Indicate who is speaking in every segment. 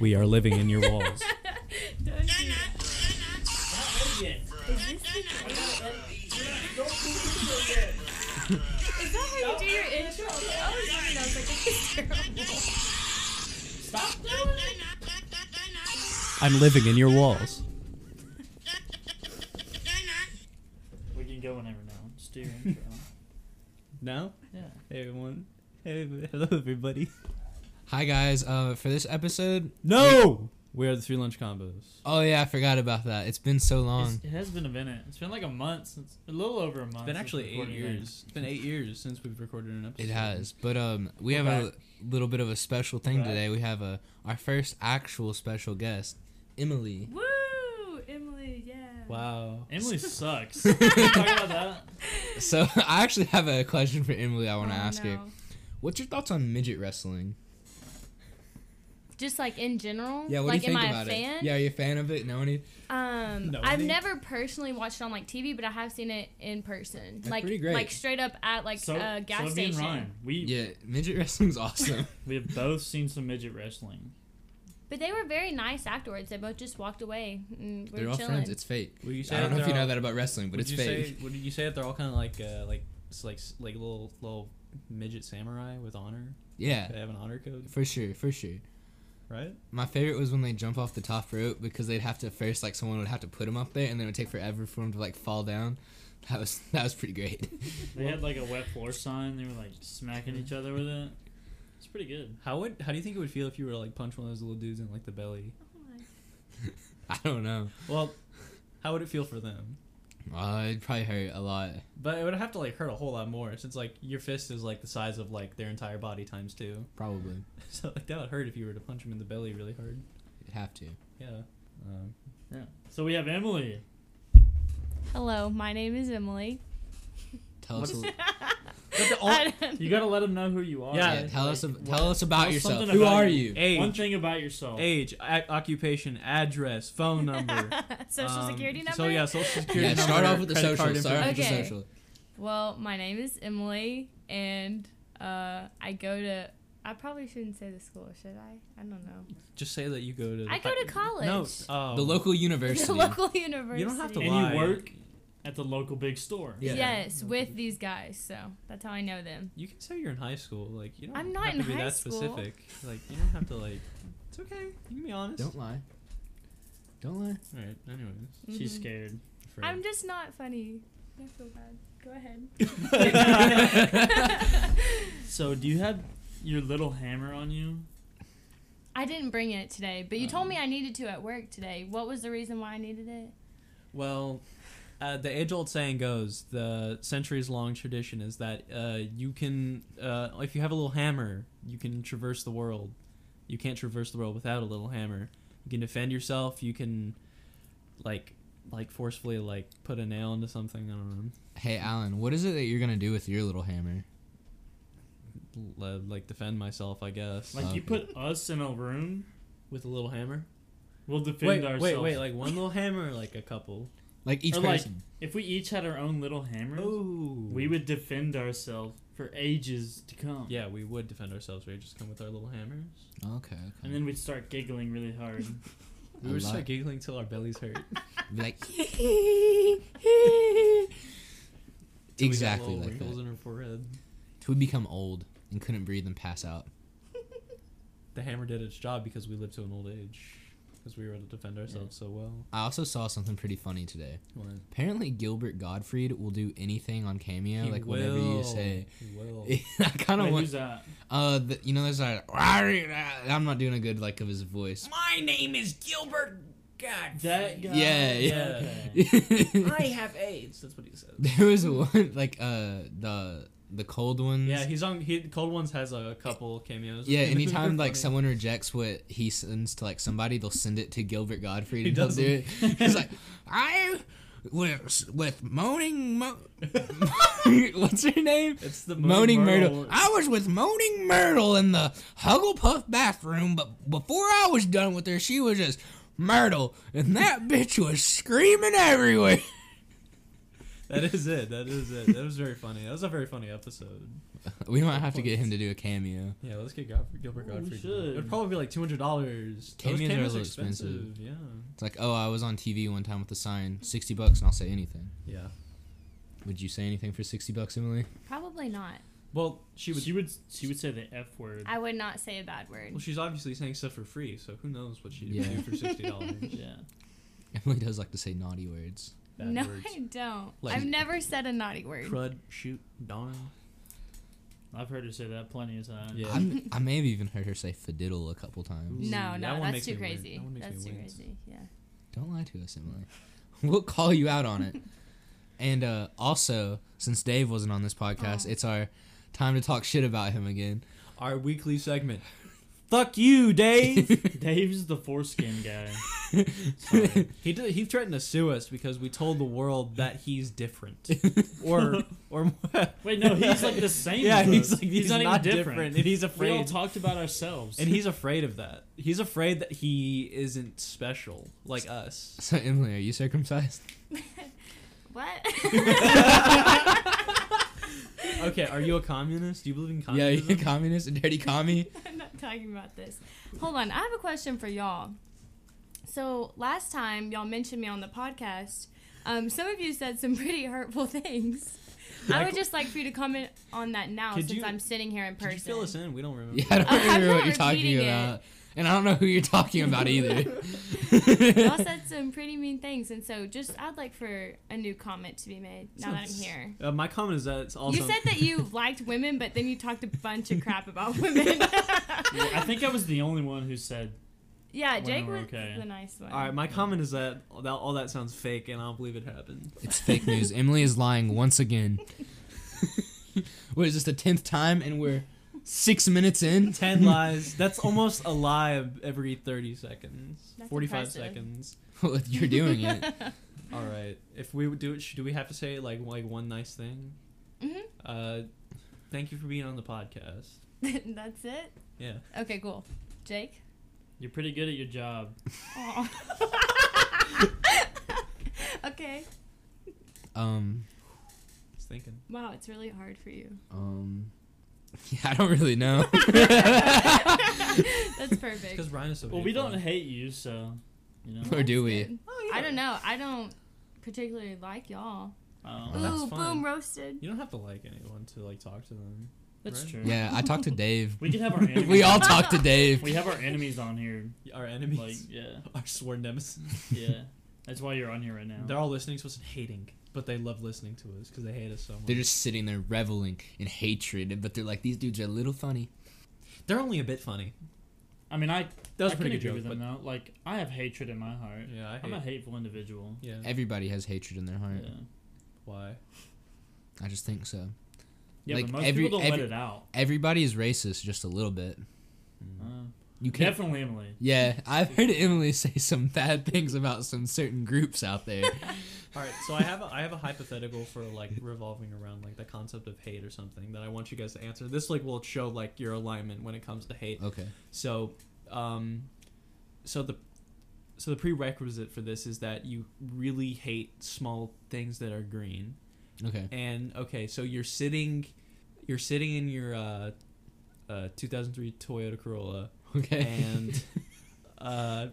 Speaker 1: We are living in your walls.
Speaker 2: Don't do that. Is this the Is that how you do your intro? I always wondered, I was like, this is terrible.
Speaker 1: I'm living in your walls.
Speaker 3: We can go whenever now. Just do your intro.
Speaker 1: No?
Speaker 3: yeah.
Speaker 1: Hey, everyone. Hey, hello, everybody.
Speaker 4: Hi guys, uh, for this episode.
Speaker 1: No! We are the three lunch combos.
Speaker 4: Oh yeah, I forgot about that. It's been so
Speaker 3: It's,
Speaker 4: long.
Speaker 3: it has been a minute. It's been like a month since, a little over a month.
Speaker 1: It's been
Speaker 3: since
Speaker 1: actually eight
Speaker 3: recording that.
Speaker 1: years. It's been eight years since we've recorded an episode.
Speaker 4: It has, but um, we
Speaker 3: We're
Speaker 4: have a little bit of a special thing
Speaker 3: We're back.
Speaker 4: today. We have a our first actual special guest, Emily.
Speaker 2: Woo! Emily, yeah.
Speaker 1: Wow.
Speaker 3: Emily sucks. Can we talk about that?
Speaker 4: So I actually have a question for Emily. I want to
Speaker 2: Oh,
Speaker 4: ask you.
Speaker 2: no.
Speaker 4: What's your thoughts on midget wrestling?
Speaker 2: Just like in general?
Speaker 4: Yeah, what
Speaker 2: like,
Speaker 4: do you think
Speaker 2: am I
Speaker 4: about
Speaker 2: a fan?
Speaker 4: it? Yeah, are you a fan of it? No, any?
Speaker 2: Um,
Speaker 1: No, I
Speaker 2: I've
Speaker 1: think-
Speaker 2: never personally watched it on like TV, but I have seen it in person.
Speaker 4: That's
Speaker 2: like,
Speaker 4: pretty great.
Speaker 2: like straight up at like
Speaker 3: so,
Speaker 2: a gas
Speaker 3: so have you and
Speaker 2: station.
Speaker 3: Ryan, we
Speaker 4: Yeah, midget wrestling's awesome.
Speaker 3: we have both seen some midget wrestling.
Speaker 2: But they were very nice afterwards. They both just walked away. And we
Speaker 4: They're
Speaker 2: were
Speaker 4: all
Speaker 2: chilling.
Speaker 4: friends. It's fake.
Speaker 1: Would you say
Speaker 4: I don't
Speaker 1: that
Speaker 4: know if you
Speaker 1: they're
Speaker 4: know
Speaker 1: all-
Speaker 4: that about wrestling, but
Speaker 1: would
Speaker 4: it's
Speaker 1: you
Speaker 4: fake.
Speaker 1: Say, would you say that they're all kind of like, uh, like, s- like, s- like little, little midget samurai with honor?
Speaker 4: Yeah,
Speaker 1: They have an honor code,
Speaker 4: for sure, for sure.
Speaker 1: right?
Speaker 4: My favorite was when they jump off the top rope because they'd have to first like someone would have to put them up there and then it would take forever for them to like fall down. That was that was pretty great.
Speaker 3: They had like a wet floor sign. They were like smacking each other with it. It's pretty good.
Speaker 1: How would, how do you think it would feel if you were to, like punch one of those little dudes in like the belly?
Speaker 4: I don't know.
Speaker 1: Well, how would it feel for them?
Speaker 4: Uh, it'd probably hurt a lot.
Speaker 1: But it would have to like hurt a whole lot more since like your fist is like the size of like their entire body times two.
Speaker 4: Probably.
Speaker 1: So like that would hurt if you were to punch them in the belly really hard.
Speaker 4: It'd have to.
Speaker 1: Yeah. Um,
Speaker 3: Yeah. So we have Emily.
Speaker 2: Hello, my name is Emily.
Speaker 4: Tell us. A, yeah,
Speaker 2: I don't-
Speaker 3: You gotta let them know who you are.
Speaker 1: Yeah,
Speaker 4: tell
Speaker 3: Like,
Speaker 4: us. A,
Speaker 3: what-
Speaker 4: tell us about
Speaker 3: us
Speaker 4: yourself.
Speaker 3: something
Speaker 4: Who
Speaker 3: about
Speaker 4: are
Speaker 3: you.
Speaker 4: you?
Speaker 1: age,
Speaker 3: One thing about yourself.
Speaker 1: age, a- occupation, address, phone number,
Speaker 2: Social
Speaker 1: um,
Speaker 2: security number.
Speaker 1: So yeah, social security
Speaker 4: Yeah,
Speaker 1: number.
Speaker 4: start off with the
Speaker 1: credit
Speaker 4: social.
Speaker 1: card
Speaker 4: Start off with the
Speaker 2: Okay.
Speaker 4: social.
Speaker 2: Well, my name is Emily, and uh, I go to. I probably shouldn't say the school, should I? I don't know.
Speaker 1: information. Just say that you go to.
Speaker 2: I go to college.
Speaker 1: No, oh.
Speaker 4: The local university.
Speaker 2: The local university.
Speaker 1: You don't have to
Speaker 3: And
Speaker 1: lie.
Speaker 3: you work at the local big store.
Speaker 4: Yeah.
Speaker 2: Yes, with these guys. So that's how I know them.
Speaker 1: You can say you're in high school. Like you don't.
Speaker 2: I'm not
Speaker 1: have to
Speaker 2: in
Speaker 1: be
Speaker 2: high
Speaker 1: that
Speaker 2: school.
Speaker 1: specific. Like you don't have to like. It's okay. You can be honest.
Speaker 4: Don't lie. Don't lie.
Speaker 1: All right. Anyways.
Speaker 3: She's
Speaker 2: Mhm.
Speaker 3: scared.
Speaker 1: Fred.
Speaker 2: I'm just not funny. I feel bad. Go ahead.
Speaker 3: So do you have your little hammer on you?
Speaker 2: I didn't bring it today, but you told
Speaker 1: Um.
Speaker 2: me I needed to at work today. What was the reason why I needed it?
Speaker 1: Well, uh, the age-old saying goes: the centuries-long tradition is that uh, you can, uh, if you have a little hammer, you can traverse the world. You can't traverse the world without a little hammer. You can defend yourself. You can, like, like forcefully like put a nail into something. I don't
Speaker 4: Hey, Alan, what is it that you're gonna do with your little hammer?
Speaker 1: know, l- like defend myself, I guess,
Speaker 3: Like you
Speaker 4: Okay.
Speaker 3: put us in a room,
Speaker 1: with a little hammer.
Speaker 3: we'll defend
Speaker 1: Wait,
Speaker 3: ourselves.
Speaker 1: wait, wait! Like one little hammer, or, like a couple.
Speaker 4: Like each
Speaker 3: Or, like,
Speaker 4: person.
Speaker 3: if we each had our own little hammers,
Speaker 1: Ooh.
Speaker 3: we would defend ourselves for ages to come.
Speaker 1: Yeah, we would defend ourselves. We just come with our little hammers.
Speaker 4: okay. okay.
Speaker 3: And then we'd start giggling really hard.
Speaker 1: We
Speaker 4: I
Speaker 1: would
Speaker 4: like-
Speaker 1: start giggling till our bellies hurt.
Speaker 4: Be like
Speaker 1: Till we got
Speaker 4: exactly
Speaker 1: little
Speaker 4: like that.
Speaker 1: wrinkles in her forehead.
Speaker 4: Till we become old and couldn't breathe and pass out.
Speaker 1: The hammer did its job because we lived to an old age. Because we were able to defend ourselves so well.
Speaker 4: I also saw something pretty funny today. Apparently, Gilbert Gottfried will do anything on Cameo,
Speaker 1: He
Speaker 4: like whatever you
Speaker 1: will.
Speaker 4: say.
Speaker 1: He will.
Speaker 4: I kind
Speaker 3: Wait,
Speaker 4: of
Speaker 3: who's
Speaker 4: want,
Speaker 3: that?
Speaker 4: uh, the, you know, there's like, I'm not doing a good like of his voice.
Speaker 5: My name is Gilbert God.
Speaker 3: That guy.
Speaker 4: Yeah, yeah.
Speaker 3: Okay.
Speaker 5: I
Speaker 4: there
Speaker 5: have AIDS.
Speaker 1: That's what he said.
Speaker 4: was one like uh the the cold ones.
Speaker 1: Yeah, he's on. He, Cold Ones has a couple cameos.
Speaker 4: Yeah, anytime like
Speaker 1: Funny.
Speaker 4: someone rejects what he sends to like somebody, they'll send it to Gilbert Gottfried
Speaker 1: He
Speaker 4: and he'll
Speaker 1: does
Speaker 4: do it. He's like, I with with moaning mo- what's her name?
Speaker 1: It's the
Speaker 4: Moaning Myrtle. I was with Moaning Myrtle in the Hugglepuff bathroom, but before I was done with her, she was just Myrtle, and that bitch was screaming everywhere.
Speaker 1: That is it. That is it. That was very funny. That was a very funny episode.
Speaker 4: We might have to get him to do a cameo.
Speaker 1: Yeah, let's get Godf- Gilbert
Speaker 3: Oh, we
Speaker 1: Godfrey. to do
Speaker 3: should.
Speaker 1: it. It'd probably be like two hundred dollars.
Speaker 4: Cameos are a little expensive.
Speaker 1: Yeah.
Speaker 4: It's like, oh, I was on TV one time with a sign, sixty bucks, and I'll say anything.
Speaker 1: Yeah.
Speaker 4: Would you say anything for sixty bucks, Emily?
Speaker 2: Probably not.
Speaker 1: Well, she
Speaker 3: She
Speaker 1: would.
Speaker 3: would, she would say the f word.
Speaker 2: I would not say a bad word.
Speaker 1: well, she's obviously saying stuff for free, so who knows what she'd
Speaker 4: Yeah.
Speaker 1: do for sixty dollars?
Speaker 3: yeah.
Speaker 4: Emily does like to say naughty words.
Speaker 1: Bad
Speaker 2: no,
Speaker 1: words.
Speaker 2: I don't.
Speaker 1: Like-
Speaker 2: I've never said a naughty word.
Speaker 1: Crud, shoot, darn.
Speaker 3: I've heard her say that plenty of times.
Speaker 1: Yeah.
Speaker 4: I'm, I may have even heard her say "fadiddle" a couple times.
Speaker 2: No,
Speaker 1: Ooh, that
Speaker 2: no,
Speaker 1: one
Speaker 2: that's
Speaker 1: makes
Speaker 2: too
Speaker 1: me win.
Speaker 2: crazy.
Speaker 1: That one makes
Speaker 2: that's
Speaker 1: me
Speaker 2: too
Speaker 1: win.
Speaker 2: crazy. Yeah.
Speaker 4: Don't lie to us, Emily. We'll call you out on it. and uh, also, since Dave wasn't on this podcast,
Speaker 2: Aw.
Speaker 4: it's our time to talk shit about him again.
Speaker 1: Our weekly segment. Fuck you, Dave.
Speaker 3: Dave's the foreskin guy.
Speaker 1: he did, he threatened to sue us because we told the world that he's different, or or
Speaker 3: Wait, no, he's like the same.
Speaker 1: yeah,
Speaker 3: as
Speaker 1: he's
Speaker 3: us.
Speaker 1: like he's, not, even different. and he's
Speaker 3: We all
Speaker 1: afraid.
Speaker 3: talked about ourselves.
Speaker 1: And he's afraid of that. He's afraid that he isn't special like us.
Speaker 4: So, Emily, are you circumcised?
Speaker 2: What?
Speaker 1: Okay, are you a communist? Do you believe in communism?
Speaker 4: Yeah, are you a communist, a dirty commie?
Speaker 2: I'm not talking about this. Hold on, I have a question for y'all. So last time y'all mentioned me on the podcast, um, some of you said some pretty hurtful things. I would
Speaker 1: Michael-
Speaker 2: just like for you to comment on that now,
Speaker 1: Could
Speaker 2: since
Speaker 1: you-
Speaker 2: I'm sitting here in
Speaker 1: Could
Speaker 2: person.
Speaker 1: you fill us in? We don't remember.
Speaker 4: Yeah, I don't
Speaker 2: I'm
Speaker 4: remember
Speaker 2: not
Speaker 4: what you're talking
Speaker 2: repeating it.
Speaker 4: about. And I don't know who you're talking about either.
Speaker 2: y'all said some pretty mean things, and so just I'd like for a new comment to be made now that I'm here.
Speaker 1: Uh, my comment is that it's also
Speaker 2: you said that you liked women, but then you talked a bunch of crap about women.
Speaker 3: I think I was the only one who said
Speaker 2: yeah,
Speaker 3: Women
Speaker 2: Jake
Speaker 3: were
Speaker 2: was
Speaker 3: okay.
Speaker 2: the nice one.
Speaker 1: All right, my comment is that all that, all that sounds fake, and I don't believe it happened.
Speaker 4: it's fake news. Emily is lying once again. what is this, the 10th time and we're six minutes in?
Speaker 1: Ten lies. That's almost a lie of every thirty seconds,
Speaker 2: That's
Speaker 1: forty-five
Speaker 2: impressive.
Speaker 1: seconds.
Speaker 4: Well, you're doing it.
Speaker 1: All right. If we would do it, should- do we have to say like like one nice thing?
Speaker 2: Mhm.
Speaker 1: Uh, thank you for being on the podcast.
Speaker 2: That's it.
Speaker 1: Yeah.
Speaker 2: Okay, cool. Jake.
Speaker 3: you're pretty good at your job.
Speaker 2: Aw. okay.
Speaker 4: Um,
Speaker 1: Just thinking.
Speaker 2: Wow, it's really hard for you.
Speaker 4: um, yeah, I don't really know.
Speaker 2: That's perfect.
Speaker 1: Because Ryan is so.
Speaker 3: Well, we
Speaker 1: hateful.
Speaker 3: don't hate you, so you know.
Speaker 4: or do we?
Speaker 2: I don't know. I don't particularly like y'all.
Speaker 3: Um,
Speaker 1: Oh, that's
Speaker 2: Ooh,
Speaker 1: fine.
Speaker 2: boom, roasted.
Speaker 1: You don't have to like anyone to like talk to them.
Speaker 3: that's
Speaker 1: Right.
Speaker 3: true.
Speaker 4: Yeah, I talked to Dave.
Speaker 3: We can have our enemies.
Speaker 4: we all talked to Dave.
Speaker 3: we have our enemies on here.
Speaker 1: Our
Speaker 3: Like
Speaker 1: enemies,
Speaker 3: yeah,
Speaker 1: our sworn nemesis.
Speaker 3: yeah. That's why you're on here right now.
Speaker 1: They're all listening to us and hating, but they love listening to us because they hate us so much.
Speaker 4: They're just sitting there reveling in hatred, but they're like, these dudes are a little funny.
Speaker 1: They're only a bit funny.
Speaker 3: I mean, I
Speaker 1: That was
Speaker 3: I
Speaker 1: a pretty
Speaker 3: can
Speaker 1: good
Speaker 3: agree
Speaker 1: joke. but
Speaker 3: with them though. Like I have hatred in my heart.
Speaker 1: yeah, I hate.
Speaker 3: I'm a hateful individual.
Speaker 1: yeah.
Speaker 4: Everybody has hatred in their heart.
Speaker 3: Yeah.
Speaker 1: Why?
Speaker 4: I just think so.
Speaker 3: Yeah,
Speaker 4: Like,
Speaker 3: but most
Speaker 4: every-
Speaker 3: people don't
Speaker 4: every-
Speaker 3: let it out.
Speaker 4: Everybody is racist just a little bit.
Speaker 3: Uh,
Speaker 4: You can't.
Speaker 3: definitely Emily.
Speaker 4: yeah, I've heard Emily say some bad things about some certain groups out there.
Speaker 1: All right, so I have a, I have a hypothetical for like revolving around like the concept of hate or something that I want you guys to answer. This like will show like your alignment when it comes to hate.
Speaker 4: okay.
Speaker 1: So, um, so the so the prerequisite for this is that you really hate small things that are green.
Speaker 4: Okay.
Speaker 1: And okay, so you're sitting, you're sitting in your uh, uh, 2003 Toyota Corolla,
Speaker 4: Okay.
Speaker 1: and uh,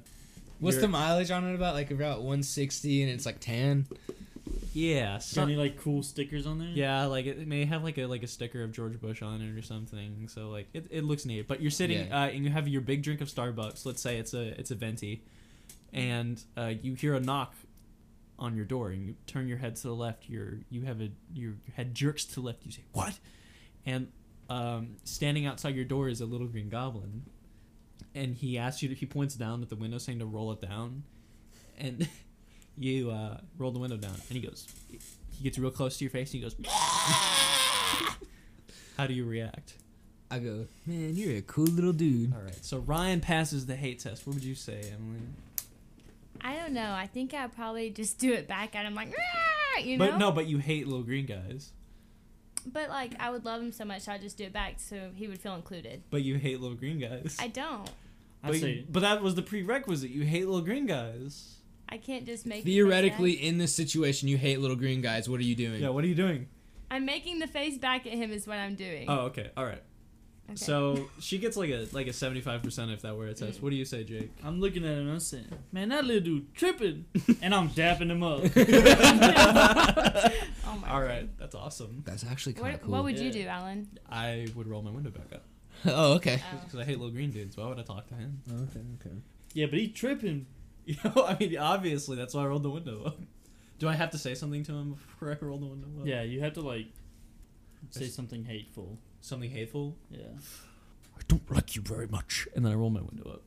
Speaker 4: What's
Speaker 1: you're-
Speaker 4: the mileage on it about? Like about 160 and it's like tan?
Speaker 1: yeah,
Speaker 3: Got
Speaker 1: some,
Speaker 3: any like cool stickers on there?
Speaker 1: yeah, like it may have like a like a sticker of George Bush on it or something. So like it, it looks neat. But you're sitting
Speaker 4: Yeah.
Speaker 1: uh, and you have your big drink of Starbucks. Let's say it's a it's a venti, and uh, you hear a knock on your door and you turn your head to the left. Your you have a your head jerks to the left. You say what? And um, standing outside your door is a little green goblin, and he asks you. To, he points down at the window, saying to roll it down, and you uh, roll the window down. And he goes. He gets real close to your face and he goes. How do you react?
Speaker 4: I go, man, you're a cool little dude.
Speaker 1: All right. So Ryan passes the hate test. What would you say, Emily?
Speaker 2: I don't know. I think I probably just do it back at him like, "Rah," you know.
Speaker 1: But no, but you hate little green guys.
Speaker 2: But like, I would love him so much, I'd just do it back so he would feel included.
Speaker 1: But you hate little green guys.
Speaker 2: I don't.
Speaker 3: I
Speaker 1: but,
Speaker 3: say
Speaker 1: but that was the prerequisite. You hate little green guys.
Speaker 2: I can't just make it like that.
Speaker 4: Theoretically, in this situation, you hate little green guys. What are you doing?
Speaker 1: Yeah. What are you doing?
Speaker 2: I I'm making the face back at him is what I'm doing.
Speaker 1: Oh, okay. All right.
Speaker 2: Okay.
Speaker 1: So she gets like a like a seventy five percent if that were a
Speaker 2: Mm.
Speaker 1: test. What do you say, Jake?
Speaker 3: I'm looking at him and I'm saying, man, that little dude tripping. and I'm dapping him up.
Speaker 2: Oh my
Speaker 1: All
Speaker 2: God.
Speaker 1: right, that's awesome.
Speaker 4: That's actually kind
Speaker 2: What,
Speaker 4: of cool.
Speaker 2: what would you
Speaker 3: Yeah.
Speaker 2: do, Alan?
Speaker 1: I would roll my window back up
Speaker 4: oh, okay.
Speaker 1: because I hate little green dudes. Why would I talk to him?
Speaker 4: Okay, okay.
Speaker 3: yeah, but he tripping.
Speaker 1: You know, I mean, obviously that's why I rolled the window up. Do I have to say something to him before I roll the window up?
Speaker 3: Yeah, you have to like say
Speaker 1: That's-
Speaker 3: something hateful.
Speaker 1: Something hateful,
Speaker 3: Yeah.
Speaker 4: I don't like you very much.
Speaker 1: and then I roll my window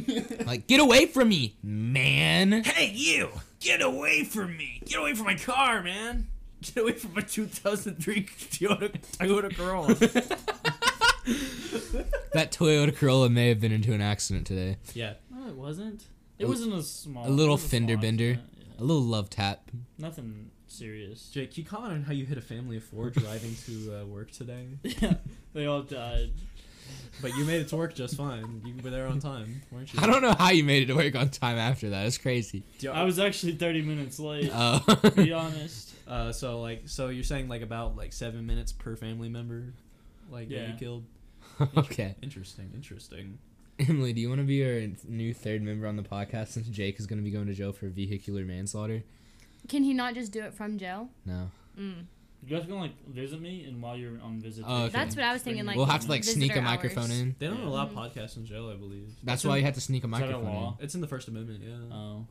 Speaker 1: up.
Speaker 4: Like, get away from me, man.
Speaker 5: Hey, you! Get away from me! Get away from my car, man! Get away from my 2003 Toyota, Toyota Corolla.
Speaker 4: That Toyota Corolla may have been into an accident today.
Speaker 1: Yeah.
Speaker 3: No, it wasn't. It
Speaker 4: A-
Speaker 3: wasn't a small.
Speaker 4: a little
Speaker 3: it was
Speaker 4: fender
Speaker 3: small
Speaker 4: bender.
Speaker 3: accident, yeah.
Speaker 4: A little love tap.
Speaker 3: Nothing serious.
Speaker 1: Jake, you comment on how you hit a family of four driving to uh, work today,
Speaker 3: they all died.
Speaker 1: but you made it to work just fine. You were there on time, weren't you?
Speaker 4: I don't know how you made it to work on time after that. It's crazy.
Speaker 1: Do-
Speaker 3: I was actually 30 minutes late.
Speaker 4: Uh,
Speaker 3: to be honest.
Speaker 1: Uh, so like, so you're saying like about like seven minutes per family member, like yeah.
Speaker 3: Yeah.
Speaker 1: you killed.
Speaker 4: okay.
Speaker 1: Interesting, interesting.
Speaker 4: Emily, do you want to be our new third member on the podcast since Jake is going to be going to jail for vehicular manslaughter?
Speaker 2: Can he not just do it from jail?
Speaker 4: No.
Speaker 2: Mm.
Speaker 3: You guys can like visit me, and while you're on visit,
Speaker 4: Oh, okay.
Speaker 2: That's what I was
Speaker 3: Bring
Speaker 2: thinking,
Speaker 3: me-
Speaker 2: like-
Speaker 4: we'll have to like
Speaker 2: visitor
Speaker 4: sneak a
Speaker 2: hours.
Speaker 4: microphone in.
Speaker 1: They don't
Speaker 3: Yeah.
Speaker 1: allow
Speaker 2: Mhm.
Speaker 1: podcasts in jail, I believe.
Speaker 4: That's
Speaker 1: It's in-
Speaker 4: why you had to sneak a
Speaker 3: that a
Speaker 4: microphone
Speaker 3: law?
Speaker 1: It's in the First Amendment, yeah.
Speaker 3: Oh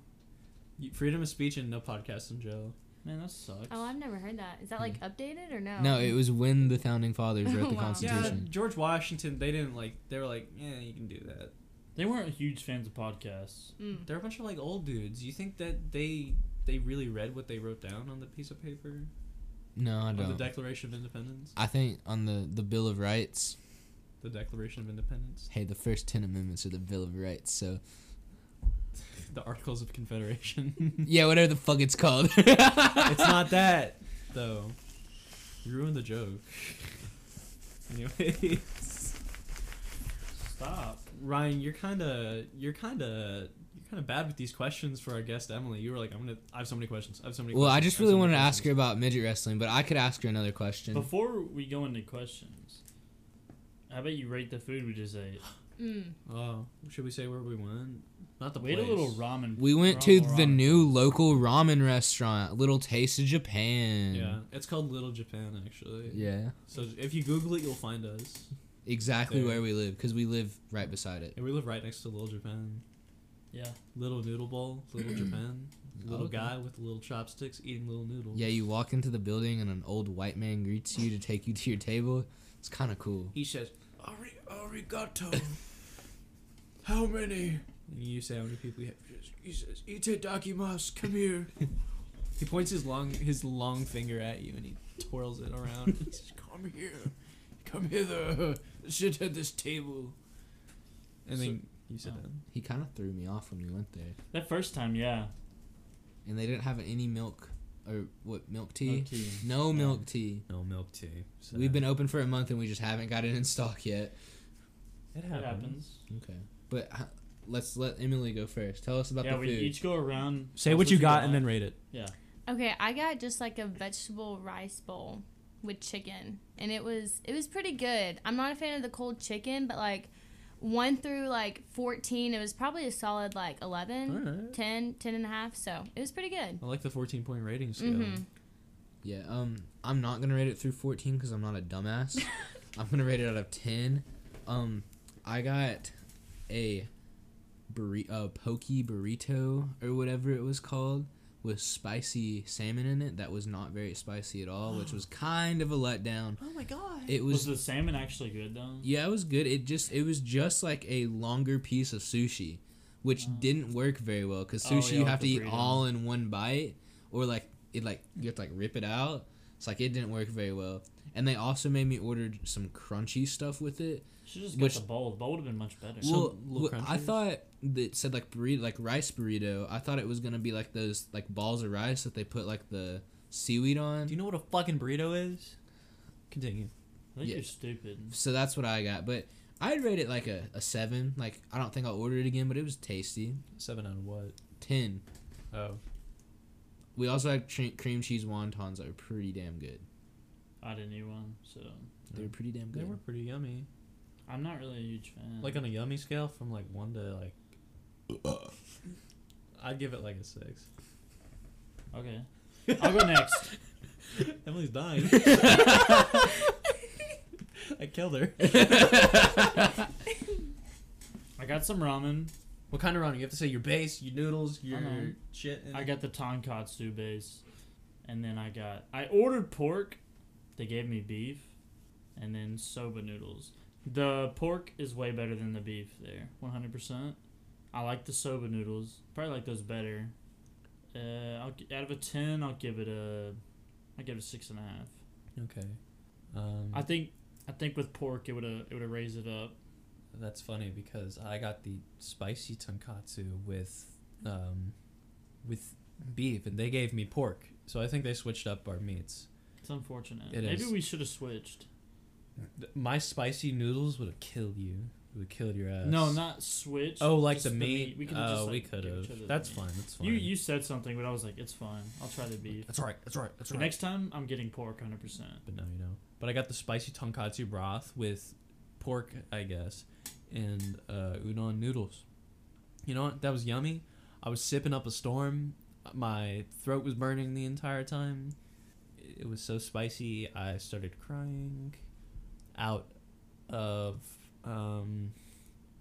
Speaker 1: You- Freedom of speech and no podcasts in jail.
Speaker 3: man, that sucks.
Speaker 2: Oh, I've never heard that. Is that like updated or no?
Speaker 4: in. No, it was when the founding fathers wrote the
Speaker 2: Wow.
Speaker 1: Yeah,
Speaker 4: Constitution.
Speaker 1: George Washington. They didn't like. They were like, yeah, you can do that.
Speaker 3: They weren't huge fans of podcasts.
Speaker 2: Mm.
Speaker 1: They're a bunch of like old dudes. You think that they they really read what they wrote down on the piece of paper
Speaker 4: No, I
Speaker 1: on the
Speaker 4: don't.
Speaker 1: Declaration of Independence?
Speaker 4: I think on the, the Bill of Rights,
Speaker 1: The Declaration of Independence,
Speaker 4: hey, the first 10 amendments are the Bill of Rights, so.
Speaker 1: the Articles of Confederation.
Speaker 4: Yeah, whatever the fuck it's called.
Speaker 1: it's not that though. You ruined the joke. anyway,
Speaker 3: Stop.
Speaker 1: Ryan, you're kind of you're kind of you're kind of bad with these questions for our guest Emily. You were like, I'm gonna. I have so many questions. I have so many.
Speaker 4: Well, I
Speaker 1: questions.
Speaker 4: just
Speaker 1: have
Speaker 4: really
Speaker 1: so many
Speaker 4: wanted to ask her
Speaker 1: questions."
Speaker 4: about midget wrestling, but I could ask her another question.
Speaker 3: Before we go into questions, how about you rate the food we just ate?
Speaker 2: Mm.
Speaker 1: Oh, should we say where we went? Not the
Speaker 3: We ate a
Speaker 1: place.
Speaker 3: little ramen.
Speaker 4: We went to
Speaker 3: ramen-
Speaker 4: the
Speaker 3: ramen.
Speaker 4: new local ramen restaurant, Little Taste of Japan.
Speaker 1: Yeah, it's called Little Japan actually.
Speaker 4: Yeah.
Speaker 1: So if you Google it, you'll find us.
Speaker 4: Exactly
Speaker 1: There.
Speaker 4: where we live, because we live right beside it.
Speaker 1: And we live right next to Little Japan.
Speaker 3: Yeah,
Speaker 1: Little noodle bowl, Little Japan. Little
Speaker 4: Okay.
Speaker 1: guy with little chopsticks eating little noodles.
Speaker 4: Yeah, you walk into the building and an old white man greets you to take you to your table. It's kind of cool.
Speaker 5: he says, Ari- Arigato. How many?
Speaker 1: And you say how many people you have.
Speaker 5: He says, Itadakimasu, come here.
Speaker 1: He points his long his long finger at you and he twirls it
Speaker 5: He
Speaker 1: around.
Speaker 5: says, come here. Come hither. Sit at this table.
Speaker 1: and then you sit
Speaker 3: Oh.
Speaker 1: down.
Speaker 4: He kind of threw me off when we went there,
Speaker 3: that first time, yeah.
Speaker 4: and they didn't have any milk or what milk
Speaker 1: Oh,
Speaker 4: tea.
Speaker 3: Milk tea.
Speaker 4: No
Speaker 3: Yeah.
Speaker 4: milk tea.
Speaker 1: No milk tea.
Speaker 4: We've been open for a month and we just haven't got it in stock yet.
Speaker 1: It
Speaker 3: That
Speaker 1: happens.
Speaker 3: happens.
Speaker 4: Okay, but uh, let's let Emily go first. Tell us about
Speaker 3: yeah,
Speaker 4: the
Speaker 3: we
Speaker 4: food.
Speaker 3: each go around.
Speaker 1: Say
Speaker 3: tell us
Speaker 1: what you got and then rate it.
Speaker 3: Yeah,
Speaker 2: Okay, I got just like a vegetable rice bowl with chicken, and it was it was pretty good. I'm not a fan of the cold chicken, but like one through like 14, it was probably a solid like 11,
Speaker 1: Alright.
Speaker 2: 10, 10 and a half. So it was pretty good.
Speaker 1: I like the 14 point rating scale.
Speaker 2: hmm
Speaker 4: Yeah, um, I'm not gonna rate it through 14 because I'm not a dumbass. I'm gonna rate it out of 10. Um, I got a burri- a poke burrito or whatever it was called with spicy salmon in it that was not very spicy at all, which was kind of a letdown.
Speaker 5: Oh my god.
Speaker 4: It
Speaker 3: was the
Speaker 4: was,
Speaker 3: salmon actually good though?
Speaker 4: yeah, it was good. It just it was just like a longer piece of sushi, which didn't work very well because
Speaker 3: Oh,
Speaker 4: sushi
Speaker 3: yeah,
Speaker 4: you
Speaker 3: like
Speaker 4: have to
Speaker 3: the
Speaker 4: eat
Speaker 3: burrito.
Speaker 4: all in one bite or like it like you have to like rip it out. It's like it didn't work very well. And they also made me order some crunchy stuff with it.
Speaker 3: Should just got
Speaker 4: Which-
Speaker 3: the bowl. The bowl would have been much better.
Speaker 1: Some
Speaker 4: well,
Speaker 1: little
Speaker 4: well, I
Speaker 1: crunchies?
Speaker 4: thought that said like burrito, like rice burrito. I thought it was gonna be like those like balls of rice that they put like the seaweed on.
Speaker 1: Do you know what a fucking burrito is? Continue.
Speaker 3: I think
Speaker 4: yeah.
Speaker 3: you're stupid.
Speaker 4: so that's what I got. But I'd rate it like a, a seven. Like I don't think I'll order it again, but it was tasty.
Speaker 1: Seven out of what?
Speaker 4: Ten.
Speaker 1: Oh.
Speaker 4: We also had tre- cream cheese wontons that were pretty damn good.
Speaker 3: I didn't eat one, so
Speaker 4: They were pretty damn
Speaker 1: They
Speaker 4: good.
Speaker 1: were pretty yummy.
Speaker 3: I'm not really a huge fan.
Speaker 1: Like on a yummy scale from like one to like I'd give it like a six.
Speaker 3: okay, I'll go next.
Speaker 1: Emily's dying. I killed her.
Speaker 3: I got some ramen.
Speaker 1: What kind of ramen? You have to say your base, your noodles, your
Speaker 3: know.
Speaker 1: shit. And
Speaker 3: Uh-huh. I got the tonkatsu base, and then I got I ordered pork. They gave me beef, and then soba noodles. The pork is way better than the beef there, 100%. I like the soba noodles. Probably like those better. Uh, I'll, gi- out of a 10, I'll give it a, I'll give it a six and a half.
Speaker 1: okay. Um,
Speaker 3: I think, I think with pork it would have, it would have raised it up.
Speaker 1: that's funny because I got the spicy tonkatsu with, um, with beef, and they gave me pork. So I think they switched up our meats.
Speaker 3: It's unfortunate.
Speaker 1: It
Speaker 3: Maybe
Speaker 1: is.
Speaker 3: we should have switched.
Speaker 1: Th- My spicy noodles would have killed you. It would have killed your ass.
Speaker 3: No, not switched.
Speaker 1: Oh, like
Speaker 3: just
Speaker 1: the meat.
Speaker 3: We could have
Speaker 1: oh,
Speaker 3: just,
Speaker 1: we
Speaker 3: like,
Speaker 1: could
Speaker 3: give each other
Speaker 1: have.
Speaker 3: the
Speaker 1: That's
Speaker 3: meat.
Speaker 1: fine. That's fine.
Speaker 3: You you said something, but I was like, it's fine. I'll try the beef.
Speaker 5: That's right. That's right. That's
Speaker 3: The
Speaker 5: right.
Speaker 3: next time, I'm getting pork 100. percent
Speaker 1: but now you know. But I got the spicy tonkatsu broth with pork, I guess, and uh, udon noodles. You know what? That was yummy. I was sipping up a storm. My throat was burning the entire time. It was so spicy. I started crying out of um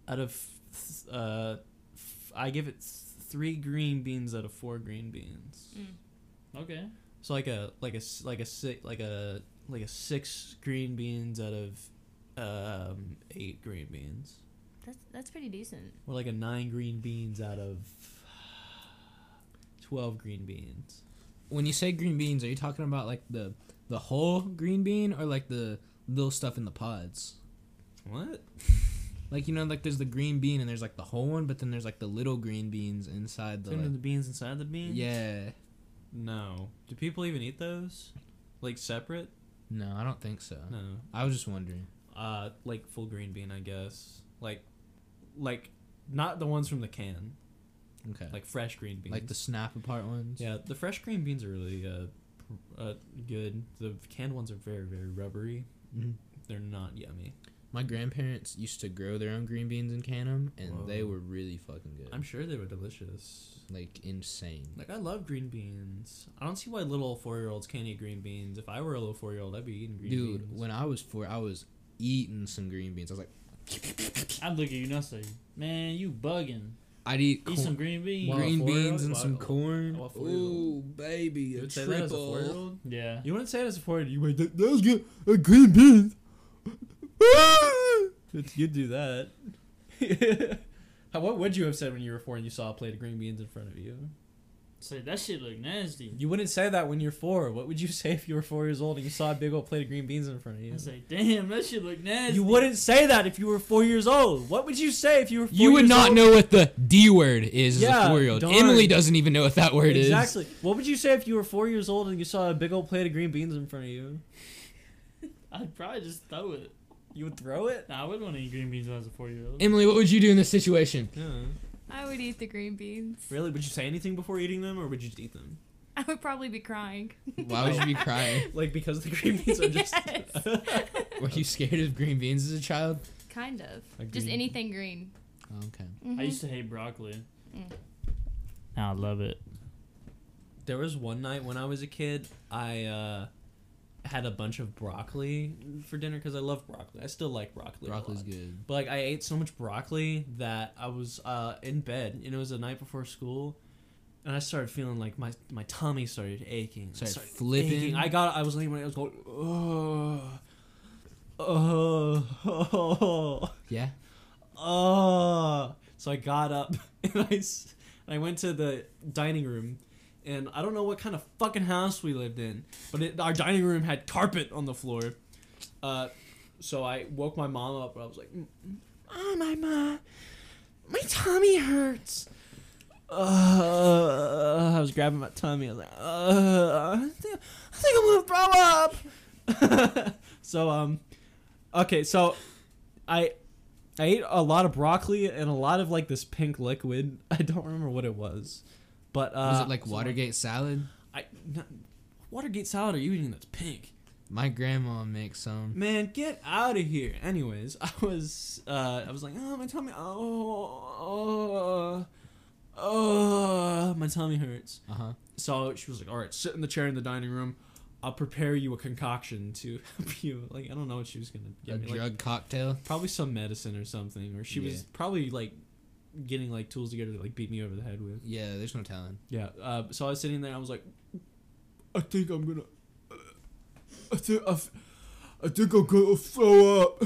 Speaker 1: out of th- uh f- I give it th- 3 green beans out of 4 green beans.
Speaker 2: Mm.
Speaker 3: Okay.
Speaker 1: So like a like a s- like a six like a like a six green beans out of um, eight green beans,
Speaker 2: That's that's pretty decent.
Speaker 1: or like a nine green beans out of twelve green beans.
Speaker 4: When you say green beans, are you talking about like the the whole green bean or like the little stuff in the pods?
Speaker 1: What?
Speaker 4: Like you know, like there's the green bean and there's like the whole one, but then there's like the little green beans inside the.
Speaker 1: Putting
Speaker 4: Like,
Speaker 1: the beans inside the beans?
Speaker 4: yeah.
Speaker 1: No. Do people even eat those? Like separate?
Speaker 4: No, I don't think so.
Speaker 1: No.
Speaker 4: I was just wondering.
Speaker 1: Uh, like full green bean, I guess. Like, like not the ones from the can.
Speaker 4: Okay. Like,
Speaker 1: Like fresh green beans.
Speaker 4: the snap apart ones.
Speaker 1: Yeah, the fresh green beans are really uh, pr- uh, good. The canned ones are very, very rubbery.
Speaker 4: Mhm.
Speaker 1: They're not yummy.
Speaker 4: My grandparents used to grow their own green beans and can them, and
Speaker 1: Whoa.
Speaker 4: they were really fucking good.
Speaker 1: I'm sure they were delicious.
Speaker 4: like insane.
Speaker 1: Like I love green beans. I don't see why little four year olds can't eat green beans. If I were a little four year old, I'd be eating green
Speaker 4: Dude,
Speaker 1: beans.
Speaker 4: when I was four, I was eating some green beans. I was like,
Speaker 3: I'd look at you and I'd say, man, you bugging.
Speaker 4: I'd eat,
Speaker 3: Eat
Speaker 4: corn-
Speaker 3: some green beans.
Speaker 1: Wow.
Speaker 4: green
Speaker 1: While a
Speaker 4: beans
Speaker 1: four-year-old-
Speaker 4: and some
Speaker 1: while-
Speaker 4: corn.
Speaker 1: while a four-year-old-
Speaker 4: Ooh, baby,
Speaker 1: you
Speaker 4: a
Speaker 1: would say that as a four year
Speaker 4: triple.
Speaker 1: old.
Speaker 3: Yeah.
Speaker 1: You wouldn't say it as a four year old. You would that, that was good. Uh, green beans. It's- You'd do that. How- what would you have said when you were four and you saw a plate of green beans in front of you?
Speaker 3: Say that shit look nasty.
Speaker 1: You wouldn't say that when you're four. What would you say if you were four years old and you saw a big old plate of green beans in front of you?
Speaker 3: I say, damn, that shit look nasty.
Speaker 1: You wouldn't say that if you were four years old. What would you say if you were? Four
Speaker 4: You would
Speaker 1: years
Speaker 4: not
Speaker 1: old?
Speaker 4: know what the D word is as
Speaker 1: Yeah,
Speaker 4: a four year old.
Speaker 1: darn.
Speaker 4: Emily doesn't even know what that word is.
Speaker 1: exactly. What would you say if you were four years old and you saw a big old plate of green beans in front of you?
Speaker 3: I'd probably just throw it.
Speaker 1: You would throw it.
Speaker 3: Nah, I wouldn't want to eat green beans when I was a four year old.
Speaker 4: Emily, what would you do in this situation?
Speaker 1: Yeah.
Speaker 2: I would eat the green beans.
Speaker 1: Really? Would you say anything before eating them, or would you just eat them?
Speaker 2: I would probably be crying.
Speaker 4: Why would you be crying?
Speaker 1: Like because the green beans are just.
Speaker 2: Yes.
Speaker 4: Were you scared of green beans as a child?
Speaker 2: kind of.
Speaker 1: A
Speaker 2: Just
Speaker 1: green-
Speaker 2: anything green.
Speaker 4: Oh,
Speaker 2: Mm-hmm.
Speaker 4: Okay.
Speaker 3: I used to hate broccoli.
Speaker 2: Mm.
Speaker 3: Now I love it.
Speaker 1: There was one night when I was a kid, I uh, had a bunch of broccoli for dinner because I love broccoli. I still like broccoli. a
Speaker 4: Broccoli's
Speaker 1: lot.
Speaker 4: good.
Speaker 1: But like I ate so much broccoli that I was uh, in bed, and it was the night before school, and I started feeling like my my tummy started aching. I
Speaker 4: Started flipping.
Speaker 1: aching. I got. I was laying. I was going. Oh, oh, oh,
Speaker 4: Yeah.
Speaker 1: oh. So I got up and I s- and I went to the dining room. And I don't know what kind of fucking house we lived in, but it, our dining room had carpet on the floor. Uh, so I woke my mom up. and I was like, "Oh my mom, my tummy hurts." Uh, I was grabbing my tummy. I was like, uh, I think, I think I'm gonna throw up. so um, okay, so I I ate a lot of broccoli and a lot of like this pink liquid. I don't remember what it was, but uh,
Speaker 4: Was it like Watergate salad?
Speaker 1: I no, Watergate salad? Are you eating that's pink?
Speaker 4: My grandma makes some.
Speaker 1: Man, get out of here. Anyways, I was uh I was like, oh my tummy oh oh, oh my tummy hurts.
Speaker 4: Uh huh.
Speaker 1: So she was like, Alright, sit in the chair in the dining room. I'll prepare you a concoction to help you. Like, I don't know what she was gonna
Speaker 4: A
Speaker 1: give me. Like,
Speaker 4: drug cocktail.
Speaker 1: probably some medicine or something. Or she was
Speaker 4: Yeah.
Speaker 1: probably like getting like tools together to like beat me over the head with.
Speaker 4: Yeah, there's no telling.
Speaker 1: Yeah. Uh, so I was sitting there. and I was like, I think I'm gonna. I think I, I think I'm gonna throw up.